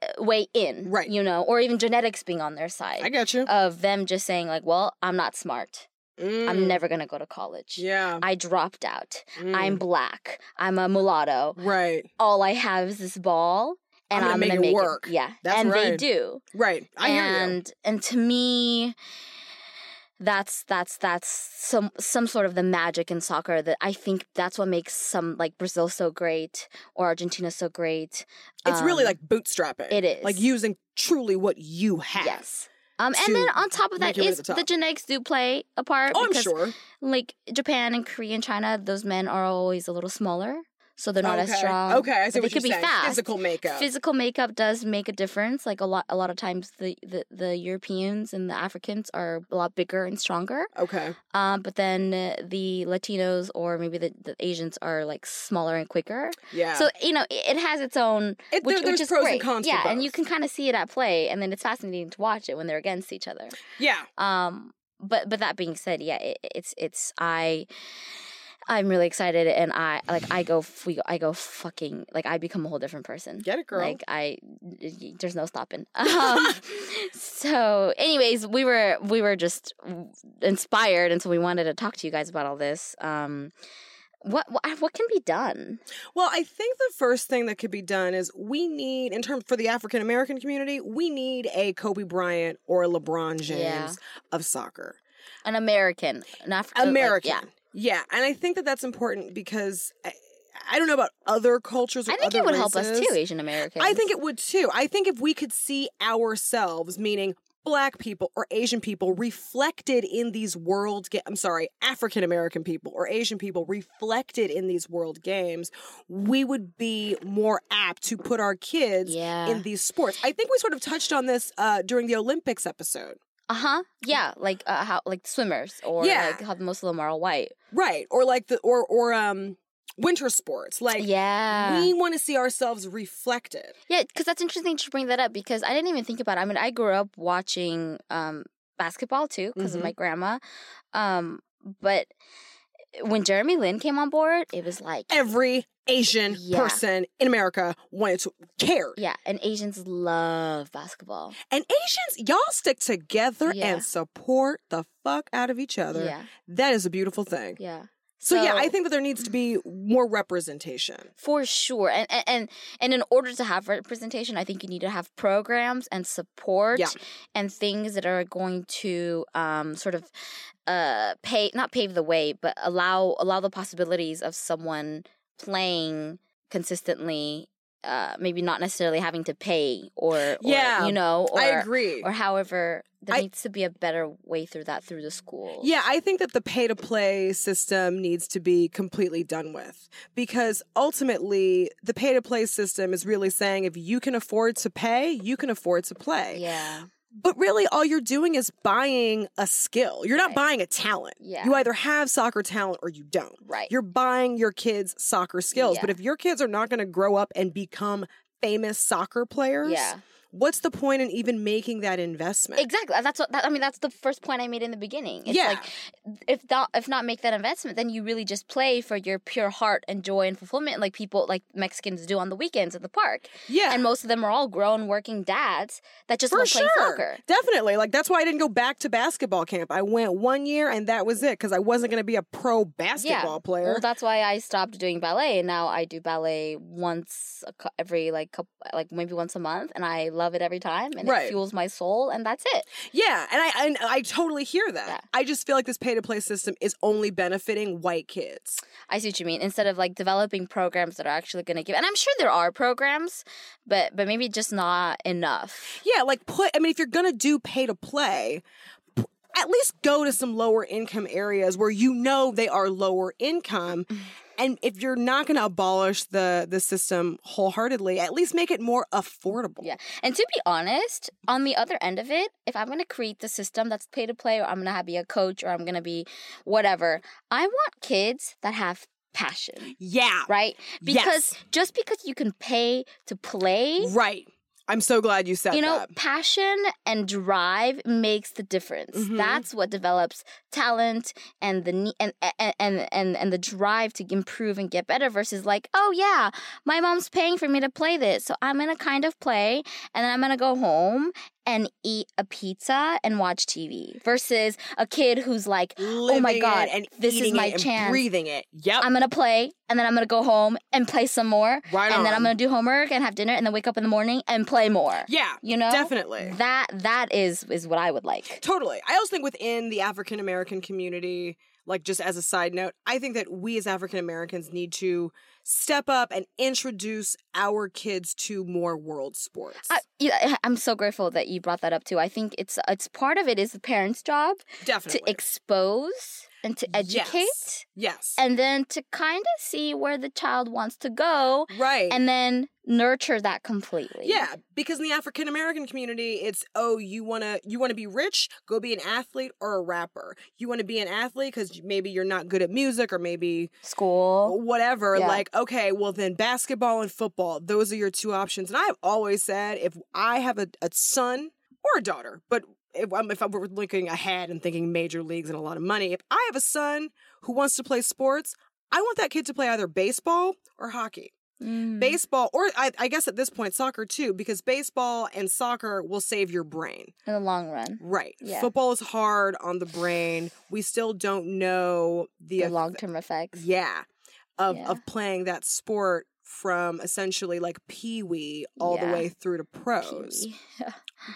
[SPEAKER 1] uh, way in,
[SPEAKER 2] Right.
[SPEAKER 1] You know, or even genetics being on their side
[SPEAKER 2] I get you.
[SPEAKER 1] of them just saying like, "Well, I'm not smart.
[SPEAKER 2] Mm.
[SPEAKER 1] I'm never gonna go to college.
[SPEAKER 2] Yeah.
[SPEAKER 1] I dropped out.
[SPEAKER 2] Mm.
[SPEAKER 1] I'm black. I'm a mulatto.
[SPEAKER 2] Right.
[SPEAKER 1] All I have is this ball, and
[SPEAKER 2] I'm gonna
[SPEAKER 1] I'm gonna,
[SPEAKER 2] make it
[SPEAKER 1] make
[SPEAKER 2] work."
[SPEAKER 1] Yeah,
[SPEAKER 2] That's
[SPEAKER 1] and they
[SPEAKER 2] right.
[SPEAKER 1] do.
[SPEAKER 2] Right. I hear you.
[SPEAKER 1] and and to me, that's that's that's some some sort of the magic in soccer that I think that's what makes some like Brazil so great or Argentina so great.
[SPEAKER 2] It's really
[SPEAKER 1] Um,
[SPEAKER 2] like bootstrapping.
[SPEAKER 1] it is
[SPEAKER 2] Like using truly what you have.
[SPEAKER 1] Yes. Um,
[SPEAKER 2] to
[SPEAKER 1] and then on top of that
[SPEAKER 2] regulate
[SPEAKER 1] is
[SPEAKER 2] the
[SPEAKER 1] the,
[SPEAKER 2] top.
[SPEAKER 1] genetics do play a part.
[SPEAKER 2] Oh, I'm
[SPEAKER 1] because
[SPEAKER 2] sure.
[SPEAKER 1] like Japan and Korea and China, those men are always a little smaller, so they're not
[SPEAKER 2] okay.
[SPEAKER 1] as strong.
[SPEAKER 2] Okay, I see
[SPEAKER 1] but
[SPEAKER 2] what
[SPEAKER 1] they
[SPEAKER 2] you're
[SPEAKER 1] could be
[SPEAKER 2] saying.
[SPEAKER 1] fast.
[SPEAKER 2] Physical makeup.
[SPEAKER 1] Physical makeup does make a difference. Like a lot, a lot of times the, the, the Europeans and the Africans are a lot bigger and stronger.
[SPEAKER 2] okay.
[SPEAKER 1] Um, but then uh, the Latinos or maybe the, the Asians are like smaller and quicker.
[SPEAKER 2] Yeah.
[SPEAKER 1] So you know it, it has its own
[SPEAKER 2] It-
[SPEAKER 1] which, which
[SPEAKER 2] there- there's
[SPEAKER 1] is
[SPEAKER 2] pros
[SPEAKER 1] great.
[SPEAKER 2] and cons.
[SPEAKER 1] yeah,
[SPEAKER 2] to
[SPEAKER 1] and you
[SPEAKER 2] both.
[SPEAKER 1] can kind of see it at play, and then it's fascinating to watch it when they're against each other.
[SPEAKER 2] Yeah.
[SPEAKER 1] Um, but but that being said, yeah, it, it's it's I. I'm really excited, and I like I go f- we go, I go fucking like I become a whole different person.
[SPEAKER 2] Get it, girl.
[SPEAKER 1] Like I, there's no stopping. Um, so, anyways, we were we were just inspired, and so we wanted to talk to you guys about all this. Um, what what, what can be done?
[SPEAKER 2] Well, I think the first thing that could be done is we need, in terms for the African American community, we need a Kobe Bryant or a LeBron James
[SPEAKER 1] Yeah.
[SPEAKER 2] of soccer.
[SPEAKER 1] An American, an African
[SPEAKER 2] American.
[SPEAKER 1] yeah,
[SPEAKER 2] yeah. And I think that that's important because I, I don't know about other cultures or
[SPEAKER 1] I think
[SPEAKER 2] other
[SPEAKER 1] it would help us
[SPEAKER 2] races.
[SPEAKER 1] too, Asian Americans.
[SPEAKER 2] I think it would too. I think if we could see ourselves, meaning black people or Asian people, reflected in these world ga- I'm sorry, African American people or Asian people reflected in these world games, we would be more apt to put our kids
[SPEAKER 1] yeah,
[SPEAKER 2] in these sports. I think we sort of touched on this uh, during the Olympics episode.
[SPEAKER 1] Uh huh. Yeah, like uh, how like swimmers or
[SPEAKER 2] Yeah.
[SPEAKER 1] like how most of them are all white.
[SPEAKER 2] Right. Or like the or or um winter sports. Like
[SPEAKER 1] yeah,
[SPEAKER 2] we want to see ourselves reflected.
[SPEAKER 1] yeah. Because that's interesting to bring that up because I didn't even think about. it. I mean, I grew up watching um, basketball too because
[SPEAKER 2] Mhm.
[SPEAKER 1] of my grandma, um, but eh, when Jeremy Lin came on board, it was like
[SPEAKER 2] Every Asian
[SPEAKER 1] Yeah.
[SPEAKER 2] person in America wanted to care.
[SPEAKER 1] yeah, and Asians love basketball.
[SPEAKER 2] And Asians, y'all stick together
[SPEAKER 1] Yeah.
[SPEAKER 2] and support the fuck out of each other.
[SPEAKER 1] Yeah,
[SPEAKER 2] That is a beautiful thing.
[SPEAKER 1] yeah.
[SPEAKER 2] So, yeah, I think that there needs to be more representation.
[SPEAKER 1] for sure and, and and and in order to have representation i think you need to have programs and support
[SPEAKER 2] Yeah.
[SPEAKER 1] and things that are going to um sort of uh pay not pave the way but allow allow the possibilities of someone playing consistently uh maybe not necessarily having to pay or, or
[SPEAKER 2] Yeah,
[SPEAKER 1] you know or
[SPEAKER 2] I agree.
[SPEAKER 1] or however there
[SPEAKER 2] I-
[SPEAKER 1] needs to be a better way through that through the school
[SPEAKER 2] Yeah, I think that the pay to play system needs to be completely done with because ultimately the pay to play system is really saying if you can afford to pay, you can afford to play.
[SPEAKER 1] yeah
[SPEAKER 2] But really, all you're doing is buying a skill. You're not
[SPEAKER 1] Right.
[SPEAKER 2] buying a talent.
[SPEAKER 1] Yeah.
[SPEAKER 2] You either have soccer talent or you don't.
[SPEAKER 1] right
[SPEAKER 2] You're buying your kids soccer skills. But
[SPEAKER 1] Yeah.
[SPEAKER 2] if your kids are not going to grow up and become famous soccer players
[SPEAKER 1] yeah
[SPEAKER 2] what's the point in even making that investment?
[SPEAKER 1] Exactly. That's what that, I mean. That's the first point I made in the beginning. It's
[SPEAKER 2] Yeah.
[SPEAKER 1] like if not if not make that investment, then you really just play for your pure heart and joy and fulfillment, like people like Mexicans do on the weekends at the park.
[SPEAKER 2] yeah.
[SPEAKER 1] And most of them are all grown working dads that just
[SPEAKER 2] for
[SPEAKER 1] love
[SPEAKER 2] sure.
[SPEAKER 1] playing soccer.
[SPEAKER 2] Definitely. Like that's why I didn't go back to basketball camp. I went one year and that was it because I wasn't going to be a pro basketball player.
[SPEAKER 1] Well, that's why I stopped doing ballet, and now I do ballet once a, cou- every like couple, like maybe once a month, and I love it every time, and
[SPEAKER 2] Right.
[SPEAKER 1] it fuels my soul, and that's it.
[SPEAKER 2] Yeah, and I and I totally hear that.
[SPEAKER 1] Yeah.
[SPEAKER 2] I just feel like this pay to play system is only benefiting white kids.
[SPEAKER 1] I see what you mean. Instead of like developing programs that are actually going to give, and I'm sure there are programs, but but maybe just not enough.
[SPEAKER 2] Yeah, like put. I mean, if you're gonna do pay to play, p- at least go to some lower income areas where you know they are lower income.
[SPEAKER 1] Mm.
[SPEAKER 2] And if you're not going to abolish the the system wholeheartedly, at least make it more affordable.
[SPEAKER 1] Yeah. And to be honest, on the other end of it, if I'm going to create the system that's pay to play, or I'm going to be a coach, or I'm going to be whatever, I want kids that have passion,
[SPEAKER 2] Yeah.
[SPEAKER 1] right? Because
[SPEAKER 2] Yes.
[SPEAKER 1] just because you can pay to play,
[SPEAKER 2] Right. I'm so glad you said
[SPEAKER 1] you know,
[SPEAKER 2] that.
[SPEAKER 1] passion and drive makes the difference.
[SPEAKER 2] Mhm.
[SPEAKER 1] That's what develops talent and the ne- and, and and and and the drive to improve and get better versus like, oh yeah, my mom's paying for me to play this, so I'm gonna kind of play and then I'm gonna go home and eat a pizza and watch TV versus a kid who's like,
[SPEAKER 2] Living
[SPEAKER 1] oh my
[SPEAKER 2] it
[SPEAKER 1] God,
[SPEAKER 2] and
[SPEAKER 1] this is
[SPEAKER 2] eating
[SPEAKER 1] my
[SPEAKER 2] it and
[SPEAKER 1] chance.
[SPEAKER 2] breathing it. Yep.
[SPEAKER 1] I'm gonna play and then I'm gonna go home and play some more
[SPEAKER 2] right
[SPEAKER 1] and
[SPEAKER 2] on.
[SPEAKER 1] then I'm gonna do homework and have dinner and then wake up in the morning and play more.
[SPEAKER 2] Yeah.
[SPEAKER 1] You know?
[SPEAKER 2] Definitely.
[SPEAKER 1] that that is is what I would like.
[SPEAKER 2] Totally. I also think within the African American community, like just as a side note, I think that we as African Americans need to step up and introduce our kids to more world sports.
[SPEAKER 1] I, yeah, I'm so grateful that you brought that up too. I think it's it's part of it is the parents' job
[SPEAKER 2] Definitely.
[SPEAKER 1] to expose and to
[SPEAKER 2] Yes.
[SPEAKER 1] educate,
[SPEAKER 2] yes.
[SPEAKER 1] and then to kind of see where the child wants to go,
[SPEAKER 2] right.
[SPEAKER 1] and then nurture that completely.
[SPEAKER 2] yeah, because in the African American community, it's oh, you want to you want to be rich, go be an athlete or a rapper. You want to be an athlete cuz maybe you're not good at music or maybe
[SPEAKER 1] school.
[SPEAKER 2] whatever
[SPEAKER 1] Yeah.
[SPEAKER 2] like okay well then basketball and football those are your two options and i've always said if i have a, a son or a daughter but if i'm if i'm looking ahead and thinking major leagues and a lot of money if i have a son who wants to play sports i want that kid to play either baseball or hockey
[SPEAKER 1] Mm.
[SPEAKER 2] baseball or I, I guess at this point soccer too because baseball and soccer will save your brain
[SPEAKER 1] in the long run,
[SPEAKER 2] right
[SPEAKER 1] Yeah.
[SPEAKER 2] football is hard on the brain we still don't know the,
[SPEAKER 1] the
[SPEAKER 2] effect
[SPEAKER 1] long term effects.
[SPEAKER 2] yeah of
[SPEAKER 1] Yeah.
[SPEAKER 2] of playing that sport from essentially like pee wee all the
[SPEAKER 1] Yeah.
[SPEAKER 2] way through to pros
[SPEAKER 1] Kiwi.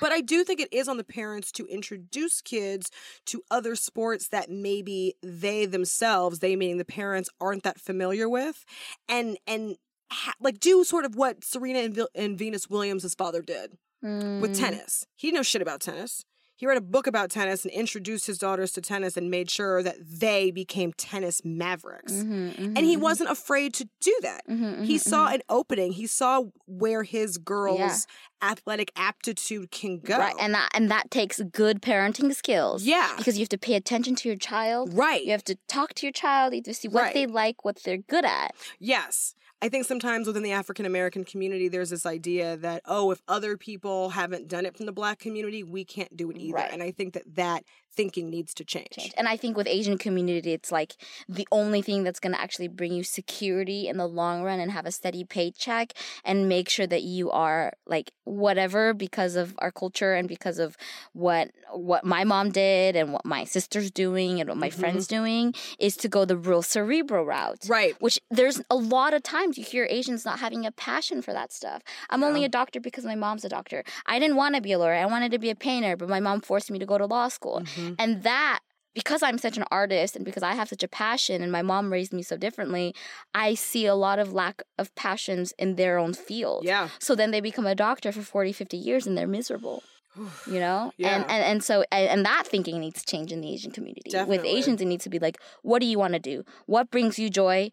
[SPEAKER 2] but i do think it is on the parents to introduce kids to other sports that maybe they themselves they meaning the parents aren't that familiar with and and ha- like do sort of what serena and, Vil- and venus williams' father did with
[SPEAKER 1] Mm.
[SPEAKER 2] tennis. He knows shit about tennis. He read a book about tennis and introduced his daughters to tennis and made sure that they became tennis mavericks.
[SPEAKER 1] Mhm, mhm,
[SPEAKER 2] And he
[SPEAKER 1] mhm.
[SPEAKER 2] wasn't afraid to do that.
[SPEAKER 1] Mhm,
[SPEAKER 2] He
[SPEAKER 1] mhm,
[SPEAKER 2] saw an opening. He saw where his girl's athletic aptitude can go.
[SPEAKER 1] mm-hmm. Right, and that and that takes good parenting skills.
[SPEAKER 2] yeah,
[SPEAKER 1] because you have to pay attention to your child.
[SPEAKER 2] right.
[SPEAKER 1] You have to talk to your child. You have to see what
[SPEAKER 2] Right.
[SPEAKER 1] they like, what they're good at.
[SPEAKER 2] Yes. I think sometimes within the African American community, there's this idea that, oh, if other people haven't done it from the black community, we can't do it either.
[SPEAKER 1] Right.
[SPEAKER 2] And I think that that thinking needs to change.
[SPEAKER 1] Change. And I think with Asian community, it's like the only thing that's going to actually bring you security in the long run and have a steady paycheck and make sure that you are like whatever because of our culture and because of what what my mom did and what my sister's doing and what my
[SPEAKER 2] Mhm.
[SPEAKER 1] friends doing is to go the real cerebral route.
[SPEAKER 2] Right.
[SPEAKER 1] which there's a lot of times you hear Asians not having a passion for that stuff. I'm only a doctor because my mom's a doctor. I didn't want to be a lawyer. I wanted to be a painter, but my mom forced me to go to law school.
[SPEAKER 2] Mhm.
[SPEAKER 1] And that because I'm such an artist and because I have such a passion and my mom raised me so differently, I see a lot of lack of passions in their own field.
[SPEAKER 2] Yeah.
[SPEAKER 1] So then they become a doctor for 40, 50 years and they're miserable, you know? And,
[SPEAKER 2] Yeah.
[SPEAKER 1] and and so and, and that thinking needs to change in the Asian community. With
[SPEAKER 2] Definitely.
[SPEAKER 1] Asians it needs to be like, what do you want to do? What brings you joy?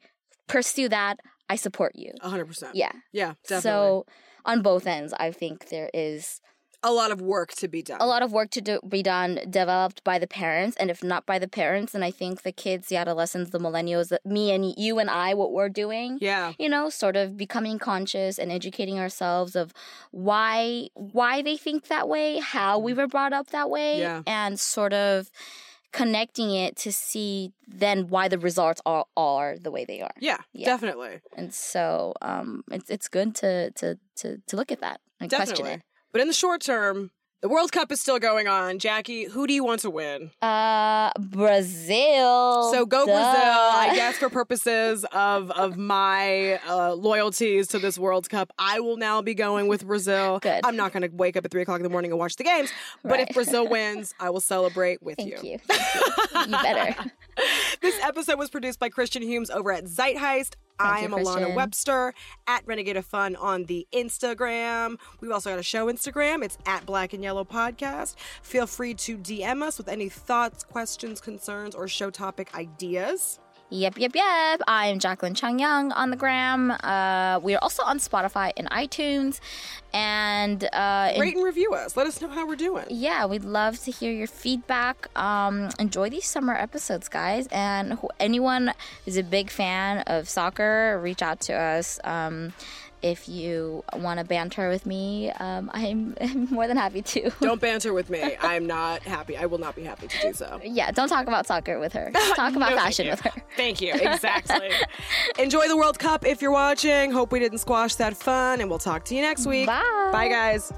[SPEAKER 1] Pursue that. I support you.
[SPEAKER 2] A hundred percent.
[SPEAKER 1] Yeah.
[SPEAKER 2] Yeah, definitely.
[SPEAKER 1] So on both ends, I think there is
[SPEAKER 2] a lot of work to be done.
[SPEAKER 1] a lot of work to do, be done developed by the parents and if not by the parents then i think the kids the adolescents the millennials that me and you and i what we're doing
[SPEAKER 2] Yeah.
[SPEAKER 1] you know sort of becoming conscious and educating ourselves of why why they think that way how we were brought up that way
[SPEAKER 2] Mm-hmm. Yeah.
[SPEAKER 1] and sort of connecting it to see then why the results are are the way they are
[SPEAKER 2] Yeah,
[SPEAKER 1] Yeah.
[SPEAKER 2] definitely.
[SPEAKER 1] and so um it's it's good to to to, to look at that and question
[SPEAKER 2] Definitely.
[SPEAKER 1] it
[SPEAKER 2] But in the short term, the World Cup is still going on. Jackie, who do you want to win?
[SPEAKER 1] Uh, Brazil.
[SPEAKER 2] so go
[SPEAKER 1] Duh.
[SPEAKER 2] Brazil, I guess for purposes of of my uh, loyalties to this World Cup, I will now be going with Brazil.
[SPEAKER 1] Good.
[SPEAKER 2] I'm not going to wake up at three o'clock in the morning and watch the games, but if
[SPEAKER 1] Right.
[SPEAKER 2] Brazil wins, I will celebrate with
[SPEAKER 1] Thank you. Thank you. You better.
[SPEAKER 2] this episode was produced by Christian Humes over at Zeitgeist. I
[SPEAKER 1] you,
[SPEAKER 2] am Alana
[SPEAKER 1] Christian.
[SPEAKER 2] Webster at Renegade of Fun on the Instagram. We've also got a show Instagram. It's at Black and Yellow Podcast. Feel free to DM us with any thoughts, questions, concerns, or show topic ideas.
[SPEAKER 1] Yep, yep, yep. I'm Jacqueline Chung Young on the gram. Uh, we are also on Spotify and iTunes. And uh, en-
[SPEAKER 2] Rate and review us. Let us know how we're doing.
[SPEAKER 1] yeah, we'd love to hear your feedback. Um, enjoy these summer episodes, guys. And who, anyone who's a big fan of soccer, reach out to us. Um, if you want to banter with me, um, I'm more than happy to.
[SPEAKER 2] Don't banter with me. I'm not happy. I will not be happy to do so.
[SPEAKER 1] Yeah, don't talk about soccer with her. Talk about
[SPEAKER 2] No, thank
[SPEAKER 1] fashion
[SPEAKER 2] you.
[SPEAKER 1] with her.
[SPEAKER 2] Thank you. Exactly. Enjoy the World Cup if you're watching. Hope we didn't squash that fun, and we'll talk to you next week.
[SPEAKER 1] Bye.
[SPEAKER 2] Bye, guys.